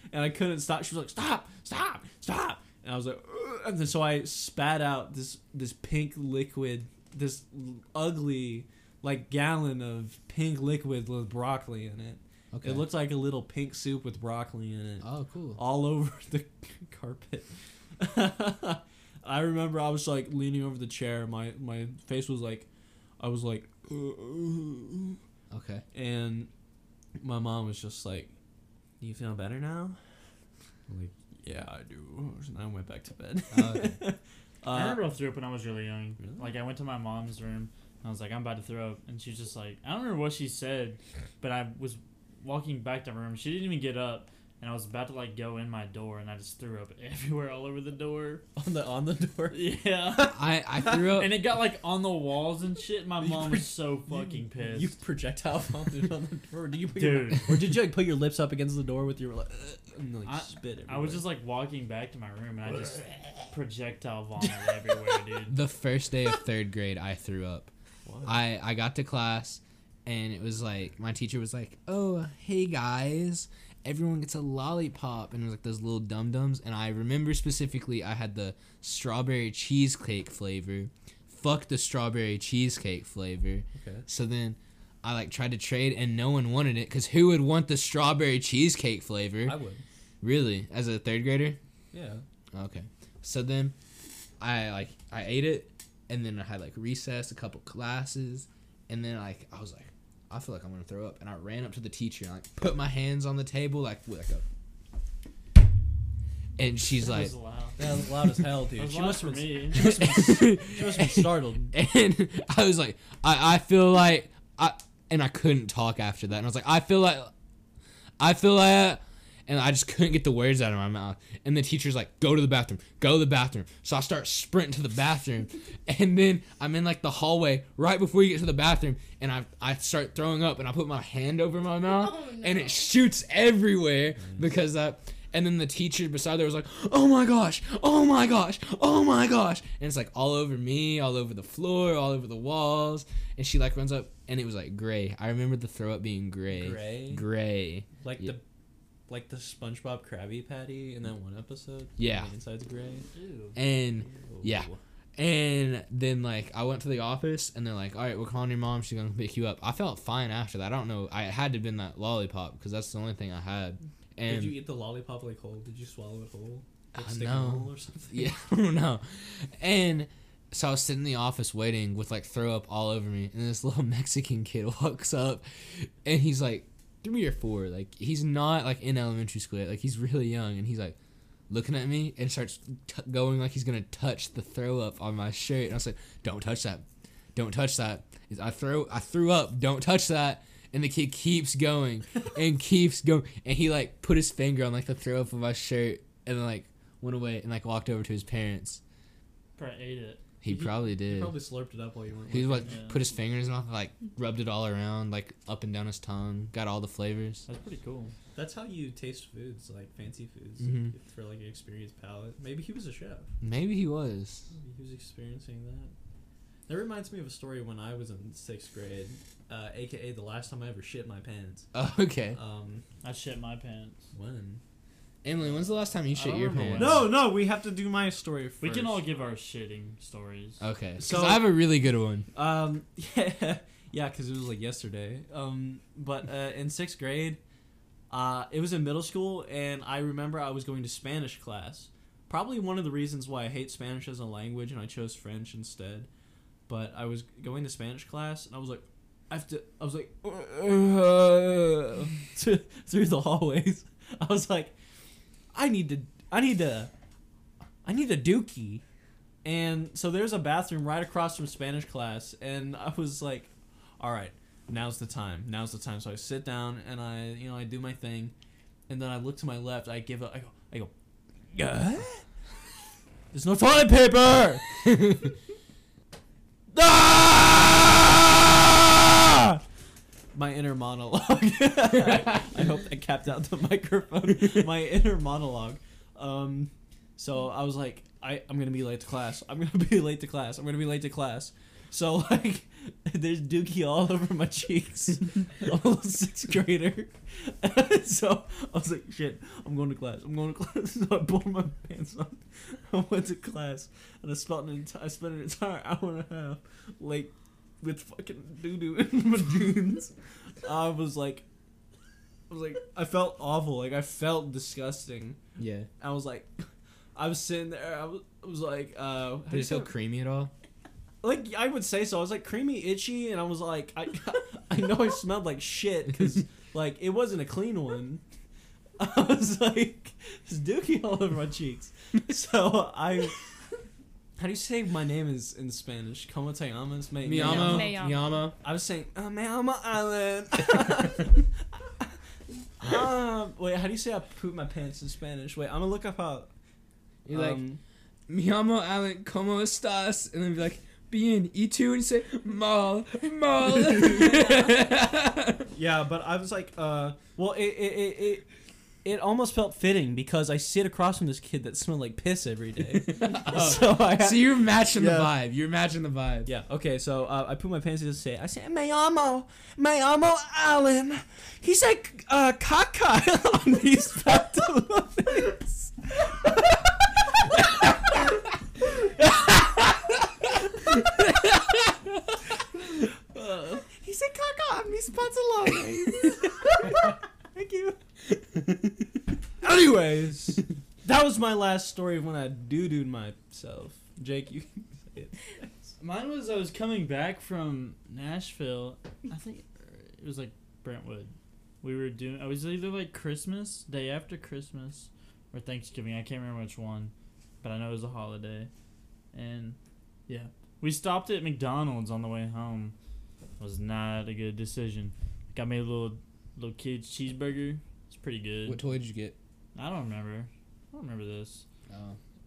Speaker 1: and I couldn't stop. She was like, "Stop! Stop! Stop!" And I was like, "Ugh." and then, so I spat out this this pink liquid, this l- ugly like gallon of pink liquid with broccoli in it.
Speaker 4: Okay.
Speaker 1: It looked like a little pink soup with broccoli in it
Speaker 4: Oh, cool.
Speaker 1: all over the carpet. I remember I was like leaning over the chair. My my face was like, I was like,
Speaker 4: Okay.
Speaker 1: and my mom was just like, "Do you feel better now?" I'm like, yeah, I do. And I went back to bed.
Speaker 4: Oh, okay.
Speaker 3: I
Speaker 1: uh,
Speaker 3: remember I threw up when I was really young.
Speaker 1: Really?
Speaker 3: Like I went to my mom's room and I was like, I'm about to throw up, and she's just like, I don't remember what she said, but I was walking back to my room. She didn't even get up, and I was about to like go in my door, and I just threw up everywhere, all over the door.
Speaker 1: on the on the door.
Speaker 3: Yeah,
Speaker 4: I I threw up.
Speaker 3: and it got like on the walls and shit. My
Speaker 1: You
Speaker 3: mom
Speaker 1: pre-
Speaker 3: was so fucking pissed.
Speaker 1: You projectile vomited on the door. Do you put
Speaker 3: Dude.
Speaker 1: Your, or did you like put your lips up against the door with your like, and, like
Speaker 3: I-
Speaker 1: spit? Everywhere?
Speaker 3: I was just like walking back to my room, and I just projectile vomited everywhere, dude.
Speaker 4: the first day of third grade, I threw up.
Speaker 1: Wow.
Speaker 4: I I got to class, and it was like my teacher was like, "Oh, hey guys, everyone gets a lollipop," and it was like those little dum dums. And I remember specifically, I had the strawberry cheesecake flavor. Fuck the strawberry cheesecake flavor.
Speaker 1: Okay.
Speaker 4: So then. I like tried to trade and no one wanted it because who would want the strawberry cheesecake flavor?
Speaker 1: I would.
Speaker 4: really, as a third grader?
Speaker 1: Yeah.
Speaker 4: Okay. So then I like I ate it and then I had like recess, a couple classes, and then like I was like, I feel like I'm gonna throw up. And I ran up to the teacher and like put my hands on the table like with like a and she's
Speaker 3: That
Speaker 4: like
Speaker 3: was loud.
Speaker 1: That was loud as hell,
Speaker 3: That
Speaker 1: dude.
Speaker 3: was
Speaker 1: She
Speaker 3: loud
Speaker 1: must
Speaker 3: for
Speaker 1: have been
Speaker 3: me.
Speaker 1: She must be startled.
Speaker 4: and I was like, I, I feel like I and I couldn't talk after that. And I was like, I feel like I feel like and I just couldn't get the words out of my mouth. And the teacher's like, go to the bathroom, go to the bathroom. So I start sprinting to the bathroom. and then I'm in like the hallway right before you get to the bathroom. And I, I start throwing up and I put my hand over my mouth
Speaker 2: Oh, no.
Speaker 4: and it shoots everywhere
Speaker 1: Mm.
Speaker 4: because that. And then the teacher beside there was like, "Oh my gosh! Oh my gosh! Oh my gosh!" And it's like all over me, all over the floor, all over the walls. And she like runs up, and it was like gray. I remember the throw up being gray,
Speaker 1: Gray?
Speaker 4: gray.
Speaker 1: Like
Speaker 4: Yeah.
Speaker 1: the like the SpongeBob Krabby Patty in that one episode.
Speaker 4: Yeah.
Speaker 1: The inside's gray. Oh.
Speaker 3: Ew.
Speaker 4: And Yeah.
Speaker 1: Ooh.
Speaker 4: and then like I went to the office, and they're like, "All right, we're calling your mom. She's gonna pick you up." I felt fine after that. I don't know. I it had to have been that lollipop because that's the only thing I had. And
Speaker 1: Did you eat the lollipop like whole? Did you swallow it whole? Like
Speaker 4: Uh,
Speaker 1: stick it
Speaker 4: no.
Speaker 1: whole or something?
Speaker 4: Yeah, I don't know. And so I was sitting in the office waiting with like throw up all over me, and this little Mexican kid walks up, and he's like three or four. Like he's not like in elementary school yet. Like he's really young, and he's like looking at me and starts t- going like he's gonna touch the throw up on my shirt. And I said, "Don't touch that! Don't touch that! It's- I throw I threw up! Don't touch that!" And the kid keeps going and keeps going, and he like put his finger on like the throw up of my shirt, and then like went away and like walked over to his parents.
Speaker 3: Probably ate it.
Speaker 4: He
Speaker 1: He-
Speaker 4: probably
Speaker 1: You
Speaker 4: did.
Speaker 1: probably slurped it up while you went.
Speaker 4: He was
Speaker 1: looking.
Speaker 4: like
Speaker 3: Yeah.
Speaker 4: put his fingers in his mouth, and, like rubbed it all around, like up and down his tongue, got all the flavors.
Speaker 3: That's pretty cool.
Speaker 1: That's how you taste foods, like fancy foods,
Speaker 4: Mhm.
Speaker 1: for like an experienced palate. Maybe he was a chef.
Speaker 4: Maybe he was.
Speaker 1: Maybe he was experiencing that. That reminds me of a story when I was in sixth grade, uh, aka the last time I ever shit my pants.
Speaker 4: Oh, okay.
Speaker 1: Um,
Speaker 3: I shit my pants.
Speaker 1: when?
Speaker 4: Emily, when's the last time you
Speaker 3: I
Speaker 4: shit
Speaker 3: don't
Speaker 4: your
Speaker 3: remember
Speaker 4: pants?
Speaker 3: when.
Speaker 1: No, no, we have to do my story first.
Speaker 3: We can all give our shitting stories.
Speaker 4: Okay. 'cause
Speaker 1: So-
Speaker 4: I have a really good one.
Speaker 1: Um, yeah, yeah, because it was like yesterday. Um, but uh, in sixth grade, uh, it was in middle school, and I remember I was going to Spanish class. Probably one of the reasons why I hate Spanish as a language and I chose French instead. But I was going to Spanish class, and I was like, I have to. I was like, through the hallways. I was like, I need to. I need to. I need a dookie. And so there's a bathroom right across from Spanish class, and I was like, all right, now's the time. Now's the time. So I sit down and I, you know, I do my thing, and then I look to my left. I give up. I go. I go. "Yeah? There's no toilet paper. Ah! My inner monologue. I hope that capped out the microphone. My inner monologue. Um, so I was like, I, I'm gonna be late to class. I'm gonna be late to class. I'm gonna be late to class. So like, there's dookie all over my cheeks. I'm a little sixth grader. so I was like, shit, I'm going to class. I'm going to class. So I pulled my pants up. I went to class and I spent an entire, I spent an entire hour and a half like with fucking doo doo in my jeans. I was like, I was like, I felt awful. Like I felt disgusting.
Speaker 4: Yeah.
Speaker 1: I was like, I was sitting there. I was, I was like, uh, how do
Speaker 4: Did
Speaker 1: you
Speaker 4: it
Speaker 1: say
Speaker 4: feel creamy at all?
Speaker 1: like I would say so. I was like creamy, itchy, and I was like, I, I know I smelled like shit because like it wasn't a clean one. I was like, it's dookie all over my cheeks. So I, how do you say my name is in Spanish? Como te llamas? Me, me
Speaker 4: Miyamo.
Speaker 2: Miyamo.
Speaker 4: Miyamo.
Speaker 1: I was saying, uh, me llamo Alan. um, wait, how do you say I poop my pants in Spanish? Wait, I'm gonna look up how.
Speaker 4: You're like,
Speaker 1: um,
Speaker 4: Miyamo Alan, como estas? And then be like, bien, e two, and say, mal, mal.
Speaker 1: Yeah, but I was like, uh, well, it it, it it it almost felt fitting because I sit across from this kid that smelled like piss every day. so I
Speaker 4: so you're matching
Speaker 1: Yeah.
Speaker 4: the vibe. You're matching the vibe.
Speaker 1: yeah okay. So uh, I put my pants in to say I said Mayamo Mayamo Allen. He's like uh, caca on these pantaloons. He said caca on these pantalones. Thank you. Anyways, that was my last story of when I doo dooed myself. Jake, you can say it.
Speaker 3: Mine was I was coming back from Nashville. I think it was like Brentwood. We were doing. I was either like Christmas day after Christmas or Thanksgiving. I can't remember which one, but I know it was a holiday. And yeah, we stopped at McDonald's on the way home. Was not a good decision. Like I made a little little kids cheeseburger. It's pretty good.
Speaker 4: What toy did you get?
Speaker 3: I don't remember. I don't remember this.
Speaker 4: Oh.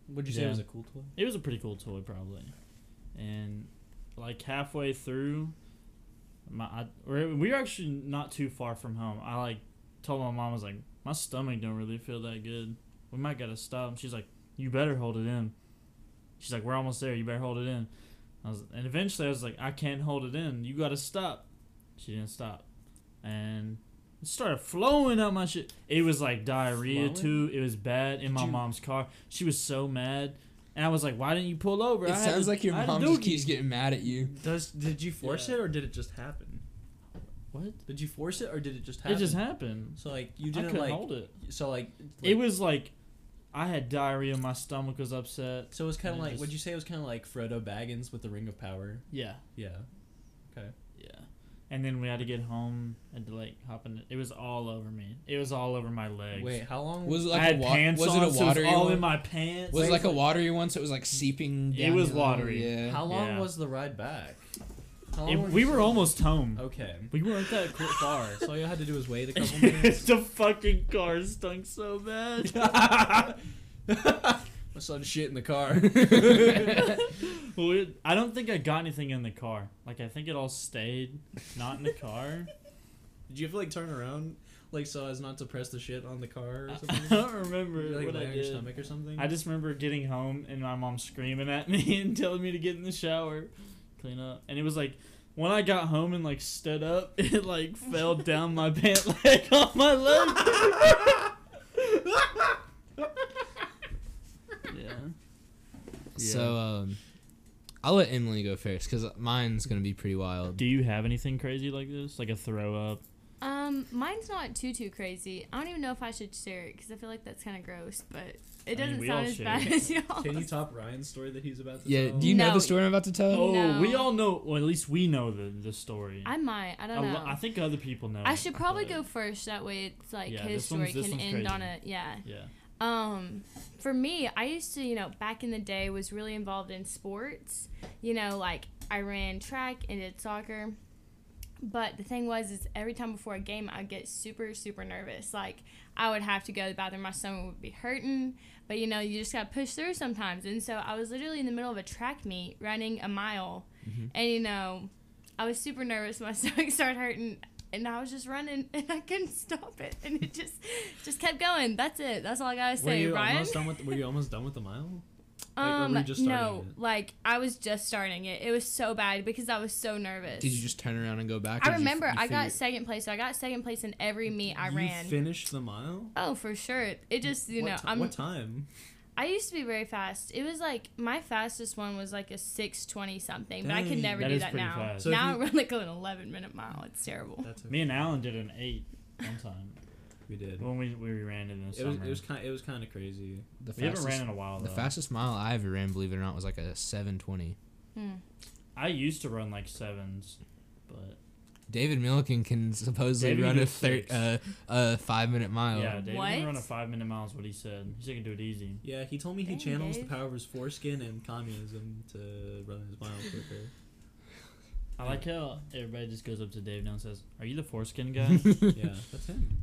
Speaker 1: Would
Speaker 3: you say it was a
Speaker 1: cool toy?
Speaker 3: It was a pretty cool toy, probably. And like halfway through, my I, or we were actually not too far from home. I like told my mom I was like, my stomach don't really feel that good. We might gotta stop. And she's like, you better hold it in. She's like, we're almost there. You better hold it in. I was, and eventually I was like, I can't hold it in. You gotta stop. She didn't stop, and it started flowing out my shit. It was like diarrhea
Speaker 1: Flowing?
Speaker 3: too. It was bad in my
Speaker 4: you-
Speaker 3: mom's car. She was so mad, and I was like, why didn't you pull over? I
Speaker 4: It
Speaker 3: had
Speaker 4: sounds
Speaker 3: a-
Speaker 4: like your
Speaker 3: I had a
Speaker 4: mom just
Speaker 3: dookie."
Speaker 4: keeps getting mad at you.
Speaker 1: Does did you force
Speaker 3: Yeah.
Speaker 1: it or did it just happen?
Speaker 3: What?
Speaker 1: Did you force it or did it just happen?
Speaker 3: It just happened.
Speaker 1: So like you
Speaker 3: I
Speaker 1: didn't
Speaker 3: couldn't
Speaker 1: like
Speaker 3: hold it.
Speaker 1: so like,
Speaker 3: It was like I had diarrhea. My stomach was upset.
Speaker 1: so it was kind
Speaker 3: it
Speaker 1: of like
Speaker 3: just-
Speaker 1: would you say it was kind of like Frodo Baggins with the Ring of Power?
Speaker 3: Yeah,
Speaker 1: Yeah.
Speaker 3: yeah. And then we had to get home and to like hop in. It was all over me. It was all over my legs.
Speaker 1: Wait, how long
Speaker 4: Was it
Speaker 3: I
Speaker 4: like a
Speaker 3: had
Speaker 4: wa-
Speaker 3: pants
Speaker 4: was
Speaker 3: on.
Speaker 4: it a
Speaker 3: so
Speaker 4: watery
Speaker 3: was all
Speaker 4: one?
Speaker 3: in my pants.
Speaker 4: was it like a watery one, so it was like seeping.
Speaker 3: It
Speaker 4: down
Speaker 3: was
Speaker 4: your leg?
Speaker 3: watery.
Speaker 4: Yeah.
Speaker 1: how long
Speaker 3: Yeah.
Speaker 1: was the ride back? How long
Speaker 3: It-
Speaker 1: was
Speaker 3: we
Speaker 1: it-
Speaker 3: were almost home.
Speaker 4: Oh.
Speaker 1: okay.
Speaker 3: We weren't that cl- far.
Speaker 1: So all you had to do was wait a couple minutes.
Speaker 3: the fucking car stunk so bad.
Speaker 1: My son shit in the car.
Speaker 3: We- I don't think I got anything in the car. Like I think it all stayed not in the car.
Speaker 1: Did you have to like turn around like so as not to press the shit on the car or
Speaker 3: I
Speaker 1: something?
Speaker 3: don't remember
Speaker 1: Did you, like
Speaker 3: what
Speaker 1: lay
Speaker 3: I
Speaker 1: on your
Speaker 3: did.
Speaker 1: stomach or something?
Speaker 3: I just remember getting home and my mom screaming at me and telling me to get in the shower, clean up. And it was like when I got home and like stood up, it like fell down my pant leg on my leg. yeah.
Speaker 4: So um, I'll let Emily go first because mine's gonna be pretty wild.
Speaker 3: do you have anything crazy like this? Like a throw up?
Speaker 2: Um, mine's not too too crazy. I don't even know if I should share it because I feel like that's kind of gross, but it
Speaker 3: I mean,
Speaker 2: doesn't
Speaker 3: we all
Speaker 2: sound as
Speaker 3: share
Speaker 2: bad
Speaker 3: it.
Speaker 2: as y'all.
Speaker 1: Can you top Ryan's story that he's about to
Speaker 4: Yeah.
Speaker 1: tell?
Speaker 4: Do you know
Speaker 2: No.
Speaker 4: the story I'm about to tell?
Speaker 3: Oh, we
Speaker 2: No.
Speaker 3: all know. Well, at least we know the the story.
Speaker 2: I might. I
Speaker 3: A
Speaker 2: don't
Speaker 3: lo-
Speaker 2: know.
Speaker 3: I think other people know.
Speaker 2: I should probably
Speaker 3: but-
Speaker 2: go first. That way, it's like
Speaker 3: Yeah,
Speaker 2: his
Speaker 3: this one's-
Speaker 2: story
Speaker 3: this
Speaker 2: can
Speaker 3: one's
Speaker 2: end
Speaker 3: crazy.
Speaker 2: on a yeah.
Speaker 3: Yeah.
Speaker 2: Um, for me, I used to, you know, back in the day, was really involved in sports. You know, like I ran track and did soccer. But the thing was, is every time before a game, I'd get super, super nervous. Like, I would have to go to the bathroom. My stomach would be hurting. But, you know, you just got to push through sometimes. And so I was literally in the middle of a track meet running a mile.
Speaker 1: Mm-hmm.
Speaker 2: And, you know, I was super nervous. My stomach started hurting. And I was just running, and I couldn't stop it, and it just just kept going. That's it. That's all I gotta
Speaker 1: Were
Speaker 2: say,
Speaker 1: you
Speaker 2: Ryan.
Speaker 1: almost done with? Were you almost done with the mile? Like, or
Speaker 2: um,
Speaker 1: were you just
Speaker 2: no,
Speaker 1: starting it?
Speaker 2: like I was just starting it. It was so bad because I was so nervous.
Speaker 4: Did you just turn around and go back?
Speaker 2: I
Speaker 4: or did you-
Speaker 2: remember
Speaker 4: you
Speaker 2: I got
Speaker 4: figure-
Speaker 2: second place. So I got second place in every meet I
Speaker 1: you
Speaker 2: ran.
Speaker 1: finished the mile.
Speaker 2: oh, for sure. It just you
Speaker 1: what
Speaker 2: know
Speaker 1: ti-
Speaker 2: I'm
Speaker 1: what time?
Speaker 2: I used to be very fast. It was like my fastest one was like a six twenty something, but I
Speaker 1: Dang.
Speaker 2: could never
Speaker 3: That
Speaker 2: do
Speaker 3: is
Speaker 2: that
Speaker 3: pretty
Speaker 2: now.
Speaker 3: fast.
Speaker 1: So if
Speaker 2: now
Speaker 1: you-
Speaker 2: I run like an eleven minute mile. It's terrible.
Speaker 1: That's
Speaker 3: Me and Alan did an eight one time
Speaker 1: we did.
Speaker 3: when we, we ran in the
Speaker 1: It
Speaker 3: summer.
Speaker 1: was it was kind it was kind of crazy.
Speaker 4: the
Speaker 3: we haven't
Speaker 4: fastest,
Speaker 3: ran in a while though.
Speaker 4: the fastest mile I ever ran, believe it or not, was like a seven twenty.
Speaker 2: Hmm.
Speaker 3: I used to run like sevens, but
Speaker 4: David Milliken can supposedly
Speaker 3: David
Speaker 4: run a
Speaker 3: did
Speaker 4: thir-
Speaker 3: six.
Speaker 4: uh, a five minute mile.
Speaker 3: yeah, David can
Speaker 2: What?
Speaker 3: run a five minute mile is what he said. He said he could do it easy.
Speaker 1: Yeah, he told me he
Speaker 2: Dang,
Speaker 1: channels
Speaker 2: Dave.
Speaker 1: the power of his foreskin and communism to run his mile quicker.
Speaker 3: I like how everybody just goes up to Dave now and says, "Are you the foreskin guy?"
Speaker 1: yeah, that's him.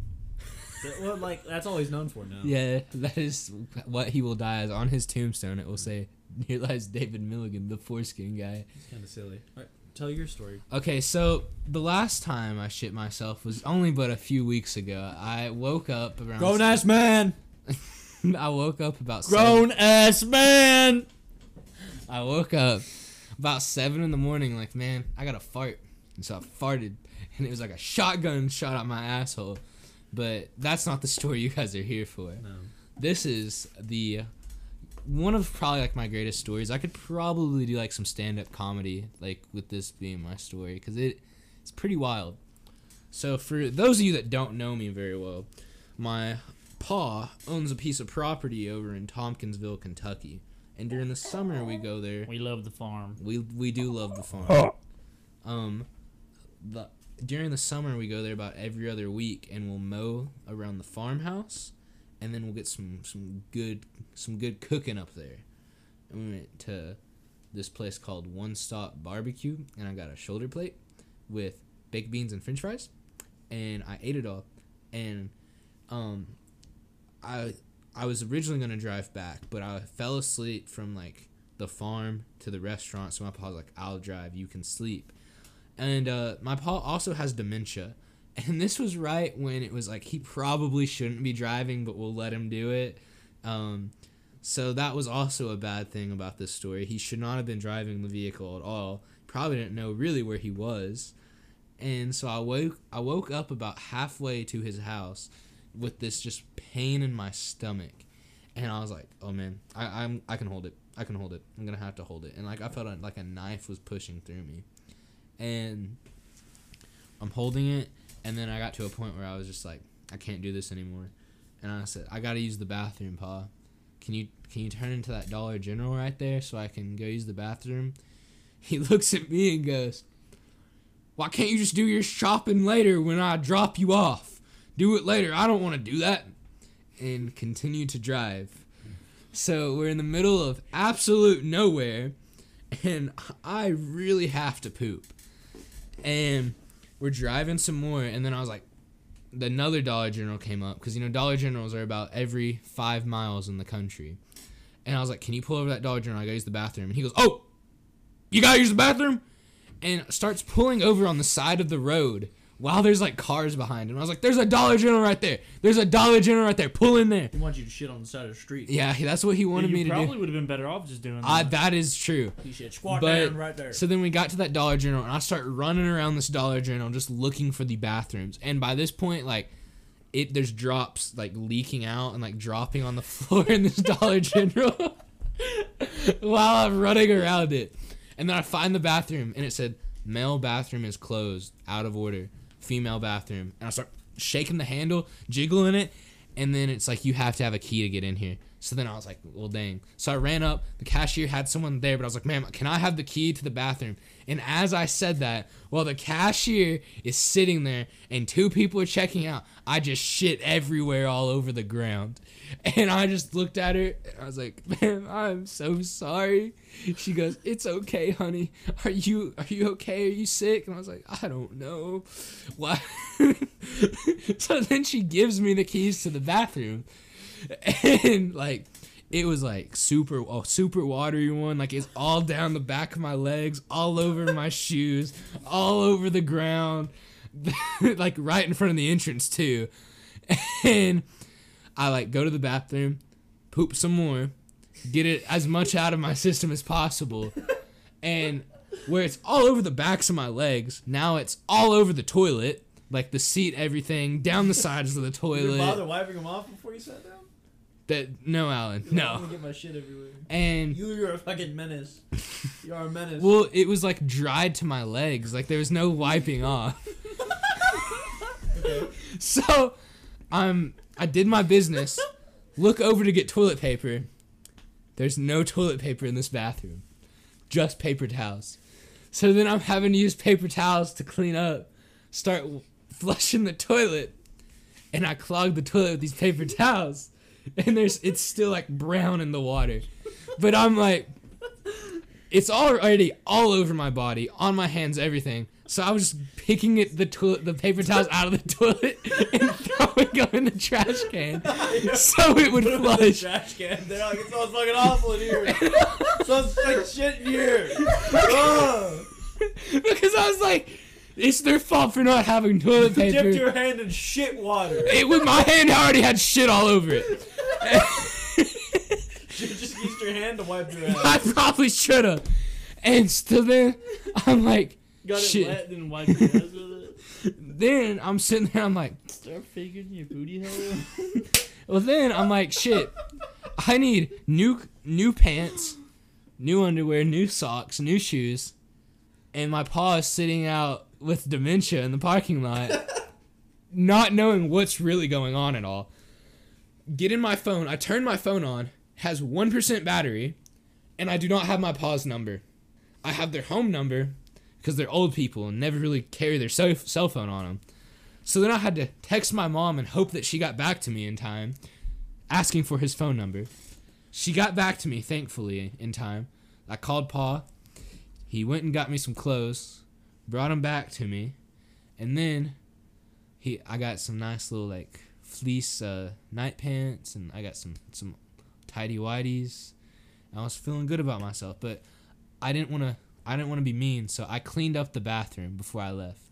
Speaker 1: That- well, like that's all he's known for now.
Speaker 4: Yeah, that is what he will die as. On his tombstone, it will say, "Here lies David Milligan, the foreskin guy."
Speaker 1: it's kind of silly. All right, tell your story.
Speaker 4: Okay, so the last time I shit myself was only but a few weeks ago. I woke up around.
Speaker 1: ass man.
Speaker 4: I woke up about.
Speaker 3: Grown ass man.
Speaker 4: Seven, I woke up about seven in the morning. Like, man, I got to fart, and so I farted, and it was like a shotgun shot out my asshole. But that's not the story you guys are here for.
Speaker 1: No.
Speaker 4: this is the one of probably like my greatest stories. I could probably do like some stand up comedy like with this being my story because it it's pretty wild. So for those of you that don't know me very well, my pa owns a piece of property over in Tompkinsville, Kentucky, and during the summer we go there
Speaker 3: We love the farm.
Speaker 4: we we do love the farm. Um, the during the summer we go there about every other week, and we'll mow around the farmhouse, and then we'll get some some good some good cooking up there. And we went to this place called One Stop Barbecue, and I got a shoulder plate with baked beans and French fries, and I ate it all, and um, I I was originally gonna drive back, but I fell asleep from like the farm to the restaurant. So my pa was like, "I'll drive. You can sleep." And uh, my pa also has dementia, and this was right when it was like he probably shouldn't be driving, but we'll let him do it. Um, so that was also a bad thing about this story. He should not have been driving the vehicle at all. Probably didn't know really where he was. And so I woke I woke up about halfway to his house with this just pain in my stomach. And I was like, "Oh man, I, I'm I can hold it. I can hold it. I'm gonna have to hold it." And like I felt like a knife was pushing through me, and I'm holding it. And then I got to a point where I was just like, "I can't do this anymore." And I said, "I gotta use the bathroom, Pa. Can you can you turn into that Dollar General right there so I can go use the bathroom?" He looks at me and goes, "Why can't you just do your shopping later when I drop you off? Do it later. I don't want to do that." and continue to drive. So we're in the middle of absolute nowhere, and I really have to poop. And we're driving some more, and then I was like, the- another Dollar General came up because you know Dollar Generals are about every five miles in the country, and I was like, "Can you pull over that Dollar General? I gotta use the bathroom." And he goes, "Oh, you gotta use the bathroom," and starts pulling over on the side of the road while there's like cars behind him. I was like, "There's a Dollar General right there. There's a Dollar General right there. Pull in there."
Speaker 1: He wants you to shit on the side of the street.
Speaker 4: Yeah, he- that's what he wanted
Speaker 3: you
Speaker 4: me to
Speaker 3: probably
Speaker 4: do.
Speaker 3: would have been better off just doing that.
Speaker 4: I, that is true.
Speaker 1: He should squat
Speaker 4: But-
Speaker 1: down right there.
Speaker 4: So then we got to that Dollar General, and I start running around this Dollar General just looking for the bathrooms. And by this point, like, it there's drops like leaking out and like dropping on the floor in this Dollar General while I'm running around it. And then I find the bathroom, and it said male bathroom is closed, out of order, female bathroom. And I start shaking the handle, jiggling it, and then it's like you have to have a key to get in here. So then I was like, well, dang. So I ran up. The cashier had someone there, but I was like, ma'am, can I have the key to the bathroom? And as I said that, while the cashier is sitting there and two people are checking out, I just shit everywhere all over the ground. And I just looked at her. And I was like, ma'am, I'm so sorry. She goes, it's okay, honey. Are you are you okay? Are you sick? And I was like, I don't know. Why? so then she gives me the keys to the bathroom and like it was like super oh, super watery one like it's all down the back of my legs all over my shoes all over the ground like right in front of the entrance too and i like go to the bathroom poop some more get it as much out of my system as possible and where it's all over the backs of my legs now it's all over the toilet like the seat everything down the sides of the
Speaker 5: Did you bother
Speaker 4: toilet
Speaker 5: wiping them off before you sat down?
Speaker 4: that no alan
Speaker 5: I'm
Speaker 4: no
Speaker 5: gonna get my shit everywhere.
Speaker 4: and
Speaker 5: You, you're a fucking menace. You are a menace.
Speaker 4: well, it was like dried to my legs. Like there was no wiping off. so, I'm I did my business. Look over to get toilet paper. There's no toilet paper in this bathroom. Just paper towels. So then I'm having to use paper towels to clean up. Start w- flushing the toilet, and I clog the toilet with these paper towels. And there's it's still like brown in the water. But I'm like it's already all over my body, on my hands, everything. So I was just picking it, the toilet, the paper towels out of the toilet and throwing them in the trash can, so it would
Speaker 5: Put 'em in the
Speaker 4: flush.
Speaker 5: trash can. They're like, it smells fucking awful in here. it smells like shit in here. Ugh.
Speaker 4: Because I was like, it's their fault for not having toilet
Speaker 5: Dipped your
Speaker 4: paper.
Speaker 5: hand in shit water.
Speaker 4: It was my hand already had shit all over it.
Speaker 5: You just used your hand to wipe your ass.
Speaker 4: I probably should have. And still, then I'm like,
Speaker 3: Got
Speaker 4: Shit.
Speaker 3: it wet, then wiped your ass with it.
Speaker 4: then I'm sitting there, I'm like,
Speaker 3: Start figuring your booty hole.
Speaker 4: Well, then I'm like, shit, I need new new pants, new underwear, new socks, new shoes, and my pa is sitting out with dementia in the parking lot, not knowing what's really going on at all. Get in my phone. I turn my phone on, has one percent battery, and I do not have my pa's number. I have their home number because they're old people and never really carry their cell cell phone on them. So then I had to text my mom and hope that she got back to me in time, asking for his phone number. She got back to me, thankfully, in time. I called Pa. He went and got me some clothes, brought them back to me, and then he I got some nice little like fleece uh, night pants, and I got some some tidy whities. I was feeling good about myself, but I didn't want to I didn't want to be mean, so I cleaned up the bathroom before I left.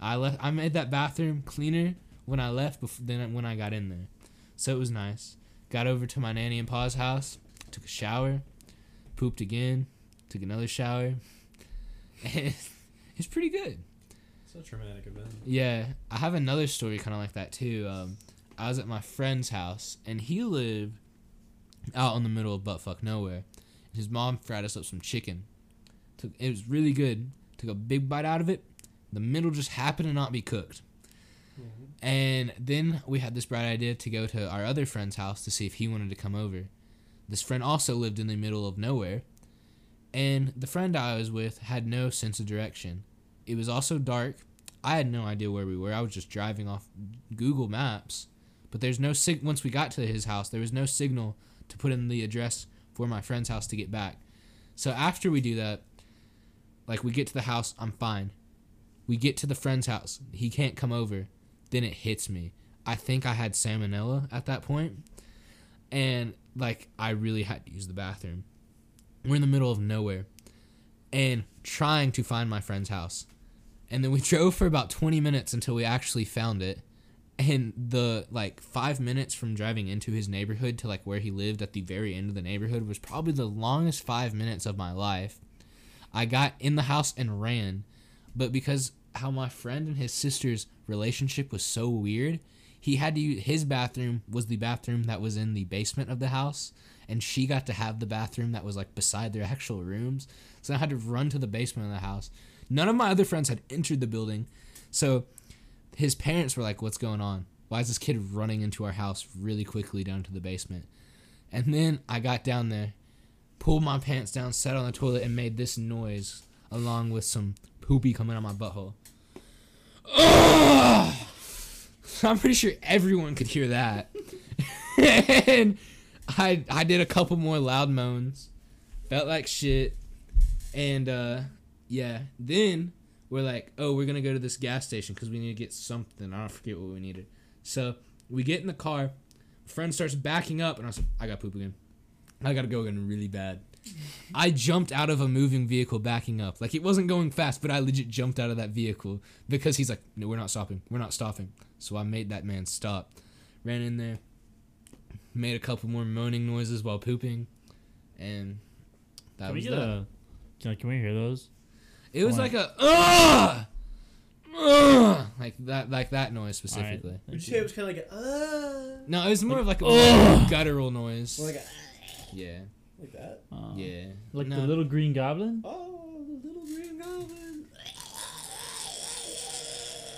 Speaker 4: I left. I made that bathroom cleaner when I left before than when I got in there, so it was nice. Got over to my nanny and pa's house, took a shower, pooped again, took another shower, and it's pretty good.
Speaker 5: It's a traumatic event.
Speaker 4: Yeah, I have another story kind of like that too. Um, I was at my friend's house, and he lived out in the middle of buttfuck nowhere. His mom fried us up some chicken. Took it was really good. Took a big bite out of it. The middle just happened to not be cooked. And then we had this bright idea to go to our other friend's house to see if he wanted to come over. This friend also lived in the middle of nowhere, and the friend I was with had no sense of direction. It was also dark. I had no idea where we were. I was just driving off Google Maps, but there's no sig. Once we got to his house, there was no signal to put in the address for my friend's house to get back. So after we do that, like we get to the house, I'm fine. We get to the friend's house. He can't come over. Then it hits me. I think I had salmonella at that point, and like I really had to use the bathroom. We're in the middle of nowhere, and trying to find my friend's house and then we drove for about 20 minutes until we actually found it and the like five minutes from driving into his neighborhood to like where he lived at the very end of the neighborhood was probably the longest five minutes of my life i got in the house and ran but because how my friend and his sister's relationship was so weird he had to use his bathroom was the bathroom that was in the basement of the house and she got to have the bathroom that was like beside their actual rooms so i had to run to the basement of the house none of my other friends had entered the building so his parents were like what's going on Why is this kid running into our house really quickly down to the basement? And then I got down there, pulled my pants down, sat on the toilet, and made this noise along with some poopy coming out my butthole. Ugh! I'm pretty sure everyone could hear that. and I I did a couple more loud moans. Felt like shit. And uh yeah, then we're like, "Oh, we're going to go to this gas station cuz we need to get something. I don't forget what we needed." So, we get in the car. Friend starts backing up and I was like, "I got poop again. I got to go again really bad." I jumped out of a moving vehicle backing up. Like it wasn't going fast, but I legit jumped out of that vehicle because he's like, "No, we're not stopping. We're not stopping." So I made that man stop. Ran in there, made a couple more moaning noises while pooping, and that
Speaker 3: Can we
Speaker 4: was
Speaker 3: get
Speaker 4: that.
Speaker 3: a? Can, can we hear those?
Speaker 4: it was
Speaker 3: Why?
Speaker 4: like a ah, ah, like that, like that noise
Speaker 3: All right,
Speaker 4: specifically.
Speaker 3: thank you.
Speaker 5: was kind of like a
Speaker 4: No, it was more of like a guttural noise.
Speaker 5: like
Speaker 4: yeah,
Speaker 5: like that.
Speaker 3: Uh,
Speaker 4: Oh. yeah.
Speaker 3: Like
Speaker 4: No.
Speaker 3: the little green goblin?
Speaker 5: Oh, the little green goblin.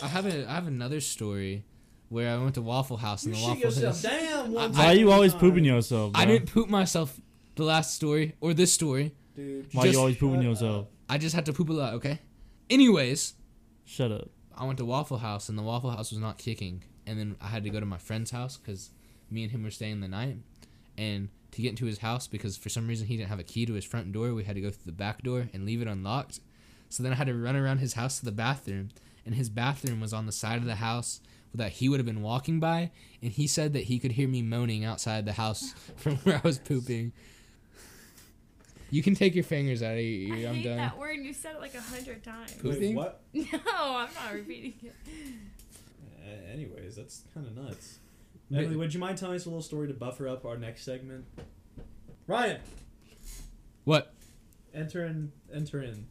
Speaker 4: I have a, I have another story where I went to Waffle House and
Speaker 5: You
Speaker 4: the
Speaker 5: shit
Speaker 4: Waffle
Speaker 5: yourself
Speaker 4: House.
Speaker 5: down
Speaker 4: I-
Speaker 5: one
Speaker 3: Why are you always
Speaker 5: time.
Speaker 3: pooping yourself?
Speaker 4: I
Speaker 3: bro?
Speaker 4: didn't poop myself the last story or this story.
Speaker 5: Dude,
Speaker 3: Why
Speaker 4: Just-
Speaker 3: you always pooping
Speaker 5: shut
Speaker 3: yourself?
Speaker 5: up.
Speaker 4: I just had to poop a lot, okay? Anyways,
Speaker 3: Shut up.
Speaker 4: I went to Waffle House and the Waffle House was not kicking. And then I had to go to my friend's house because me and him were staying the night. And to get into his house, because for some reason he didn't have a key to his front door, we had to go through the back door and leave it unlocked. So then I had to run around his house to the bathroom. And his bathroom was on the side of the house that he would have been walking by. And he said that he could hear me moaning outside the house from where I was pooping. You can take your fingers out of your ear.
Speaker 2: I
Speaker 4: I'm
Speaker 2: hate
Speaker 4: done.
Speaker 2: that word. You said it like a hundred times.
Speaker 4: Poop.
Speaker 5: Wait,
Speaker 4: Pooping?
Speaker 5: what?
Speaker 2: No, I'm not repeating it.
Speaker 5: Uh, anyways, that's kind of nuts.
Speaker 4: But-
Speaker 5: Emily, would you mind telling us a little story to buffer up our next segment? Ryan,
Speaker 4: What?
Speaker 5: enter in. Enter in.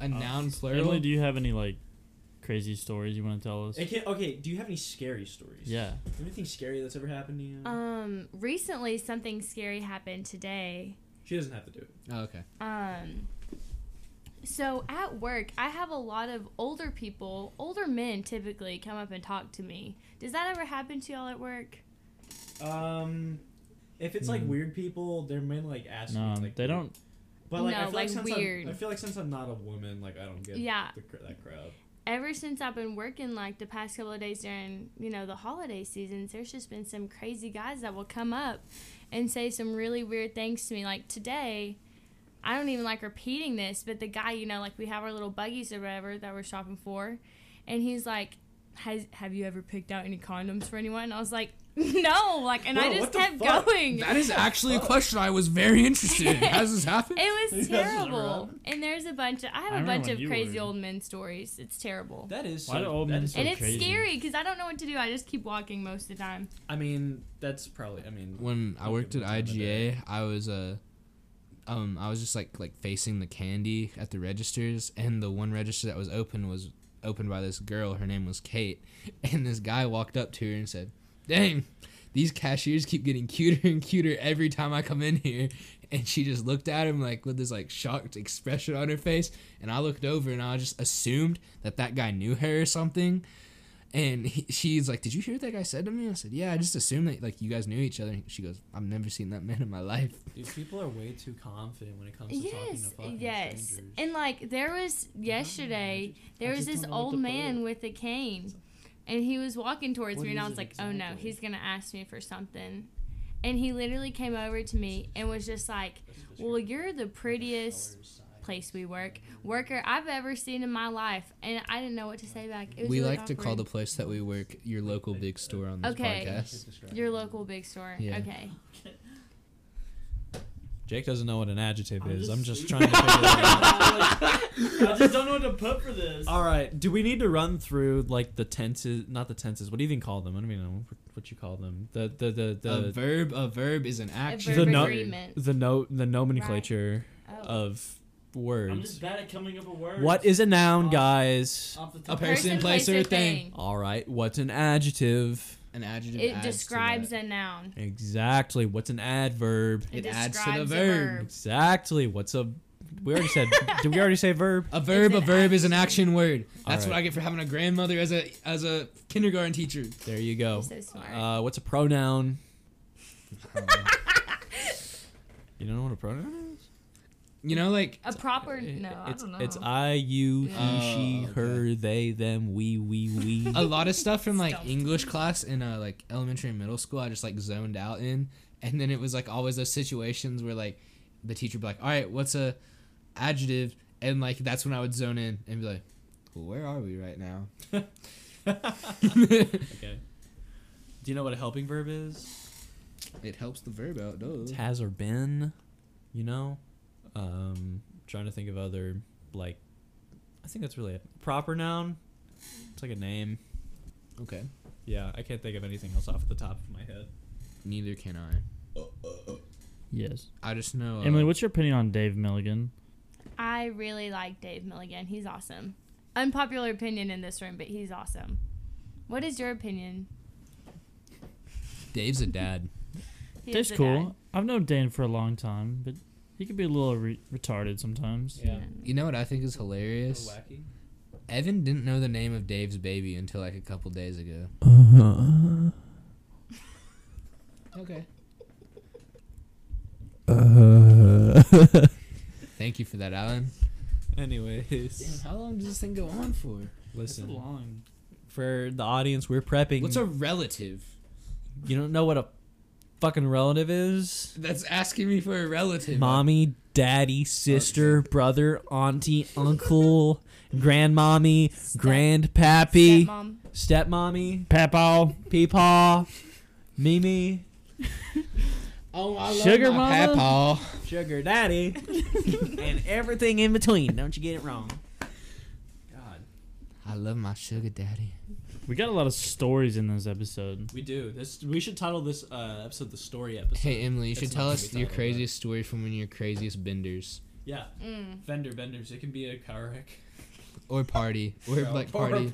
Speaker 4: A
Speaker 3: Uh,
Speaker 4: noun plural.
Speaker 3: Emily, do you have any like crazy stories you want to tell us?
Speaker 5: It can't, okay, do you have any scary stories?
Speaker 3: Yeah.
Speaker 5: Anything scary that's ever happened to you?
Speaker 2: Um, recently something scary happened today.
Speaker 5: she doesn't have to do it.
Speaker 4: oh, okay.
Speaker 2: Um, so at work, I have a lot of older people, older men typically come up and talk to me. Does that ever happen to y'all at work?
Speaker 5: Um, if it's like
Speaker 4: Mm.
Speaker 5: weird people, they're mainly like asking.
Speaker 3: Hmm. No,
Speaker 5: like,
Speaker 3: they don't.
Speaker 5: But like,
Speaker 2: No,
Speaker 5: I
Speaker 2: like,
Speaker 5: feel like, since
Speaker 2: weird.
Speaker 5: I'm, I feel like since I'm not a woman, like I don't get
Speaker 2: Yeah.
Speaker 5: the, cr- that crowd.
Speaker 2: Ever since I've been working like the past couple of days during, you know, the holiday seasons, there's just been some crazy guys that will come up and say some really weird things to me. Like today, I don't even like repeating this, but the guy, you know, like we have our little buggies or whatever that we're shopping for, and he's like, "Has have you ever picked out any condoms for anyone?" And I was like, "No," like, and
Speaker 5: Bro,
Speaker 2: I just
Speaker 5: what the
Speaker 2: kept
Speaker 5: fuck?
Speaker 2: going.
Speaker 4: That is actually a question I was very interested in. Has this happened?
Speaker 2: It was
Speaker 5: That's never
Speaker 2: terrible.
Speaker 5: happened.
Speaker 2: And there's a bunch of I
Speaker 3: I
Speaker 2: have a
Speaker 3: remember
Speaker 2: bunch
Speaker 3: when
Speaker 2: of
Speaker 3: you
Speaker 2: crazy
Speaker 3: were-
Speaker 2: old men stories. It's terrible.
Speaker 5: That is.
Speaker 3: Why
Speaker 5: so-
Speaker 3: do old
Speaker 5: that
Speaker 3: men
Speaker 5: is
Speaker 3: so
Speaker 5: so
Speaker 2: and it's
Speaker 3: crazy.
Speaker 2: scary because I don't know what to do. I just keep walking most of the time.
Speaker 5: I mean, that's probably. I mean,
Speaker 4: When I
Speaker 5: Okay,
Speaker 4: worked at
Speaker 5: what time of day?
Speaker 4: IGA, I was uh, um, I was just like like facing the candy at the registers, and the one register that was open was opened by this girl. Her name was Kate, and this guy walked up to her and said, "Dang." These cashiers keep getting cuter and cuter every time I come in here, and she just looked at him like with this like shocked expression on her face, and I looked over and I just assumed that that guy knew her or something, And he, she's like, "Did you hear what that guy said to me?" I said, "Yeah, I just assumed that like you guys knew each other." And she goes, "I've never seen that man in my life."
Speaker 5: dude, people are way too confident when it comes to talking to
Speaker 2: Yes,
Speaker 5: fucking
Speaker 2: yes.
Speaker 5: strangers.
Speaker 2: And like there was yesterday, there
Speaker 5: I
Speaker 2: was
Speaker 5: just
Speaker 2: this
Speaker 5: don't know what
Speaker 2: old
Speaker 5: to put
Speaker 2: man
Speaker 5: it.
Speaker 2: with a cane, and he was walking towards
Speaker 5: What
Speaker 2: me, and I
Speaker 5: is
Speaker 2: was
Speaker 5: it
Speaker 2: like, "Oh no,
Speaker 5: exactly?
Speaker 2: he's gonna ask me for something," and he literally came over to me and was just like, "Well, you're the prettiest." place we work worker I've ever seen in my life and I didn't know what to say back. It was
Speaker 4: We
Speaker 2: really
Speaker 4: like to call
Speaker 2: awkward.
Speaker 4: the place that we work your local big store on this
Speaker 2: Okay.
Speaker 4: podcast.
Speaker 2: Your local big store.
Speaker 4: Yeah.
Speaker 2: Okay.
Speaker 1: Jake doesn't know what an adjective
Speaker 3: I'm
Speaker 1: is.
Speaker 3: just
Speaker 1: I'm just trying
Speaker 3: sleeping.
Speaker 1: to figure it out.
Speaker 3: I just don't know what to put for this.
Speaker 1: All right. Do we need to run through like the tenses? Not the tenses. What do you even call them? I don't even know what you call them. The the the
Speaker 4: A
Speaker 1: the
Speaker 4: verb, a verb is an action.
Speaker 1: verb The no-
Speaker 3: Uh,
Speaker 2: agreement.
Speaker 1: the note the nomenclature
Speaker 2: Oh.
Speaker 1: of
Speaker 3: I'm just Um,
Speaker 1: words.
Speaker 3: bad at coming up with words.
Speaker 1: What is a noun,
Speaker 3: Off-
Speaker 1: guys?
Speaker 3: Off the top
Speaker 4: A
Speaker 3: of my
Speaker 4: person,
Speaker 3: head.
Speaker 4: place, or thing.
Speaker 1: All right. What's an adjective?
Speaker 4: An adjective.
Speaker 2: It
Speaker 4: adds to
Speaker 2: describes
Speaker 4: that.
Speaker 2: a noun.
Speaker 1: Exactly. What's an adverb?
Speaker 2: It,
Speaker 4: It adds to the
Speaker 2: describes a
Speaker 4: verb.
Speaker 2: verb.
Speaker 1: Exactly. What's a We already said. did we already say verb?
Speaker 4: A verb, a
Speaker 2: an
Speaker 4: verb is an action word. That's what
Speaker 1: Alright.
Speaker 4: I get for having a grandmother as a as a kindergarten teacher.
Speaker 1: There you go.
Speaker 2: You're so smart.
Speaker 1: Uh, what's a pronoun? You don't know what a pronoun is?
Speaker 4: you know, like
Speaker 2: a proper no,
Speaker 1: it's,
Speaker 2: I don't know.
Speaker 1: It's I, you, he,
Speaker 4: Oh,
Speaker 1: she,
Speaker 4: okay.
Speaker 1: her, they, them, we, we, we.
Speaker 4: a lot of stuff from like
Speaker 2: Stumped.
Speaker 4: English class in uh, like elementary and middle school, I just like zoned out in, and then it was like always those situations where like the teacher would be like, "All right, what's a adjective?" and like that's when I would zone in and be like, well, "Where are we right now?"
Speaker 1: okay. Do you know what a helping verb is?
Speaker 4: It helps the verb out,
Speaker 1: It's
Speaker 4: duh.
Speaker 1: has or been. You know. Um, trying to think of other like. I think that's really it. Proper noun. It's like a name.
Speaker 4: Okay.
Speaker 1: Yeah, I can't think of anything else off the top of my head.
Speaker 4: Neither can I.
Speaker 3: Yes.
Speaker 4: I just know. Uh,
Speaker 3: Emily, what's your opinion on Dave Milligan?
Speaker 2: I really like Dave Milligan. He's awesome. Unpopular opinion in this room, but he's awesome. What is your opinion?
Speaker 4: Dave's a dad.
Speaker 2: He
Speaker 3: Dave's
Speaker 2: is a
Speaker 3: cool.
Speaker 2: dad.
Speaker 3: I've known Dan for a long time, but he could be a little re- retarded sometimes.
Speaker 1: Yeah.
Speaker 2: Mm.
Speaker 4: You know what I think is hilarious?
Speaker 1: Wacky.
Speaker 4: Evan didn't know the name of Dave's baby until like a couple days ago.
Speaker 1: Uh,
Speaker 4: Okay.
Speaker 1: uh.
Speaker 4: Thank you for that, Alan.
Speaker 1: Anyways,
Speaker 4: how long does this thing go on for?
Speaker 1: listen. For the audience, we're prepping.
Speaker 4: What's a relative?
Speaker 1: you don't know what a fucking relative is?
Speaker 4: That's asking me for a relative.
Speaker 1: Mommy, daddy, sister, brother, auntie, uncle, grandmommy, grandpappy,
Speaker 2: Stepmom.
Speaker 1: stepmommy,
Speaker 3: Papaw.
Speaker 1: peepaw, Mimi,
Speaker 4: Oh, I
Speaker 3: Sugar
Speaker 4: my
Speaker 3: mama?
Speaker 4: papaw.
Speaker 1: sugar daddy, and everything in between. Don't you get it wrong. God,
Speaker 4: I love my sugar daddy.
Speaker 3: We got a lot of stories in this episode.
Speaker 1: we do this. We should title this uh, episode the story episode.
Speaker 4: Hey Emily, you
Speaker 1: That's
Speaker 4: should tell
Speaker 1: not
Speaker 4: us
Speaker 1: gonna be
Speaker 4: your
Speaker 1: titled
Speaker 4: craziest story from when your craziest benders
Speaker 1: Yeah,
Speaker 2: Mm.
Speaker 1: fender benders. It can be a car wreck.
Speaker 4: or party or like party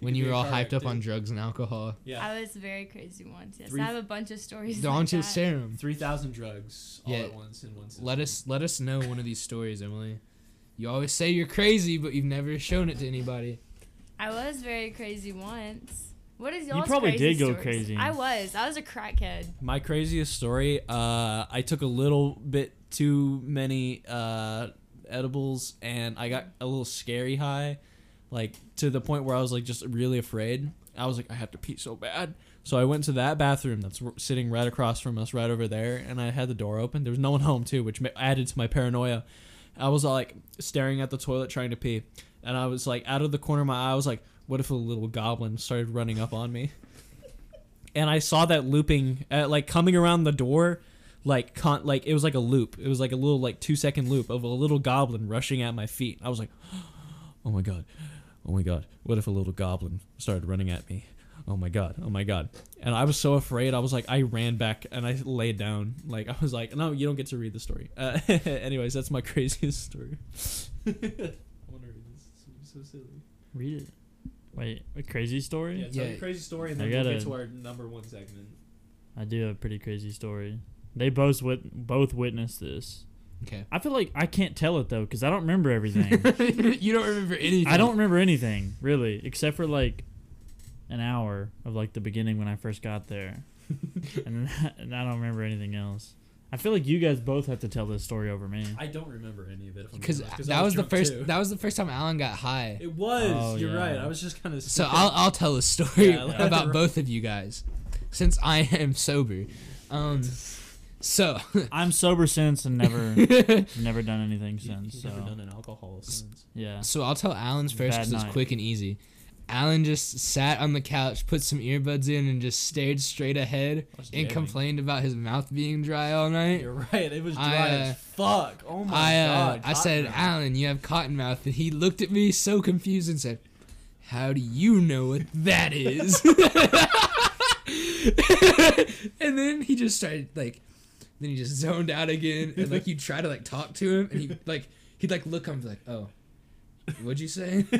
Speaker 4: when you were all hyped up on drugs and alcohol.
Speaker 1: Yeah,
Speaker 2: I was very crazy once. Yes,
Speaker 1: Three-
Speaker 2: I have a bunch of stories.
Speaker 4: Don't
Speaker 2: like
Speaker 4: you
Speaker 2: that.
Speaker 4: serum?
Speaker 1: three thousand drugs all
Speaker 4: Yeah.
Speaker 1: at once in one. System.
Speaker 4: Let us let us know one of these stories, Emily. You always say you're crazy, but you've never shown it to anybody.
Speaker 2: I was very crazy once. What is
Speaker 3: You
Speaker 2: y'all's
Speaker 3: probably
Speaker 2: crazy
Speaker 3: did go
Speaker 2: stories?
Speaker 3: crazy.
Speaker 2: I was. I was a crackhead.
Speaker 1: My craziest story. Uh, I took a little bit too many uh, edibles, and I got a little scary high, like to the point where I was like just really afraid. I was like, I have to pee so bad. So I went to that bathroom that's r- sitting right across from us, right over there, and I had the door open. There was no one home too, which ma- added to my paranoia. I was like staring at the toilet trying to pee, and I was like out of the corner of my eye, I was like, what if a little goblin started running up on me? and I saw that looping, uh, like coming around the door, like con- like it was like a loop. It was like a little like two second loop of a little goblin rushing at my feet. I was like, oh my god, oh my god, what if a little goblin started running at me? Oh my god, oh my god. And I was so afraid. I was like, I ran back and I laid down. Like I was like, no, you don't get to read the story. Uh, anyways, that's my craziest story. I want to read this. It's so silly.
Speaker 3: Read it. Wait, a crazy story?
Speaker 1: Yeah, tell
Speaker 4: Yeah.
Speaker 1: your crazy story and
Speaker 3: I
Speaker 1: then we'll
Speaker 3: gotta-
Speaker 1: get to our number one segment.
Speaker 3: I do have a pretty crazy story. They both wit- both witnessed this.
Speaker 4: Okay.
Speaker 3: I feel like I can't tell it though because I don't remember everything.
Speaker 4: you don't remember anything.
Speaker 3: I don't remember anything really, except for like an hour of like the beginning when I first got there, and, then- and I don't remember anything else. I feel like you guys both have to tell this story over me.
Speaker 1: I don't remember any of it. if I'm
Speaker 4: because
Speaker 1: being honest, I
Speaker 4: that was the
Speaker 1: drunk,
Speaker 4: first.
Speaker 1: too.
Speaker 4: That was the first time Alan got high.
Speaker 1: it was.
Speaker 3: Oh,
Speaker 1: you're
Speaker 3: yeah.
Speaker 1: right. I was just kind of.
Speaker 4: So I'll I'll tell a story
Speaker 1: Yeah, like-
Speaker 4: about both of you guys, since I am sober. Um, so
Speaker 3: I'm sober since and never never done anything since.
Speaker 1: He's
Speaker 3: So
Speaker 1: never done an alcohol since.
Speaker 3: yeah,
Speaker 4: so I'll tell Alan's first
Speaker 3: Bad
Speaker 4: because it's
Speaker 3: night.
Speaker 4: quick and easy. Alan just sat on the couch, put some earbuds in, and just stared straight ahead
Speaker 1: I was
Speaker 4: and
Speaker 1: jamming.
Speaker 4: complained about his mouth being dry all night.
Speaker 1: You're right. It was dry
Speaker 4: I, uh,
Speaker 1: as fuck. Oh my
Speaker 4: I uh,
Speaker 1: god.
Speaker 4: I said,
Speaker 1: Cotton mouth.
Speaker 4: Alan, you have cotton mouth, and he looked at me so confused and said, "How do you know what that is?" and then he just started like, then he just zoned out again, and like you try to like talk to him, and he like he'd like look up and be like, "Oh, what'd you say?"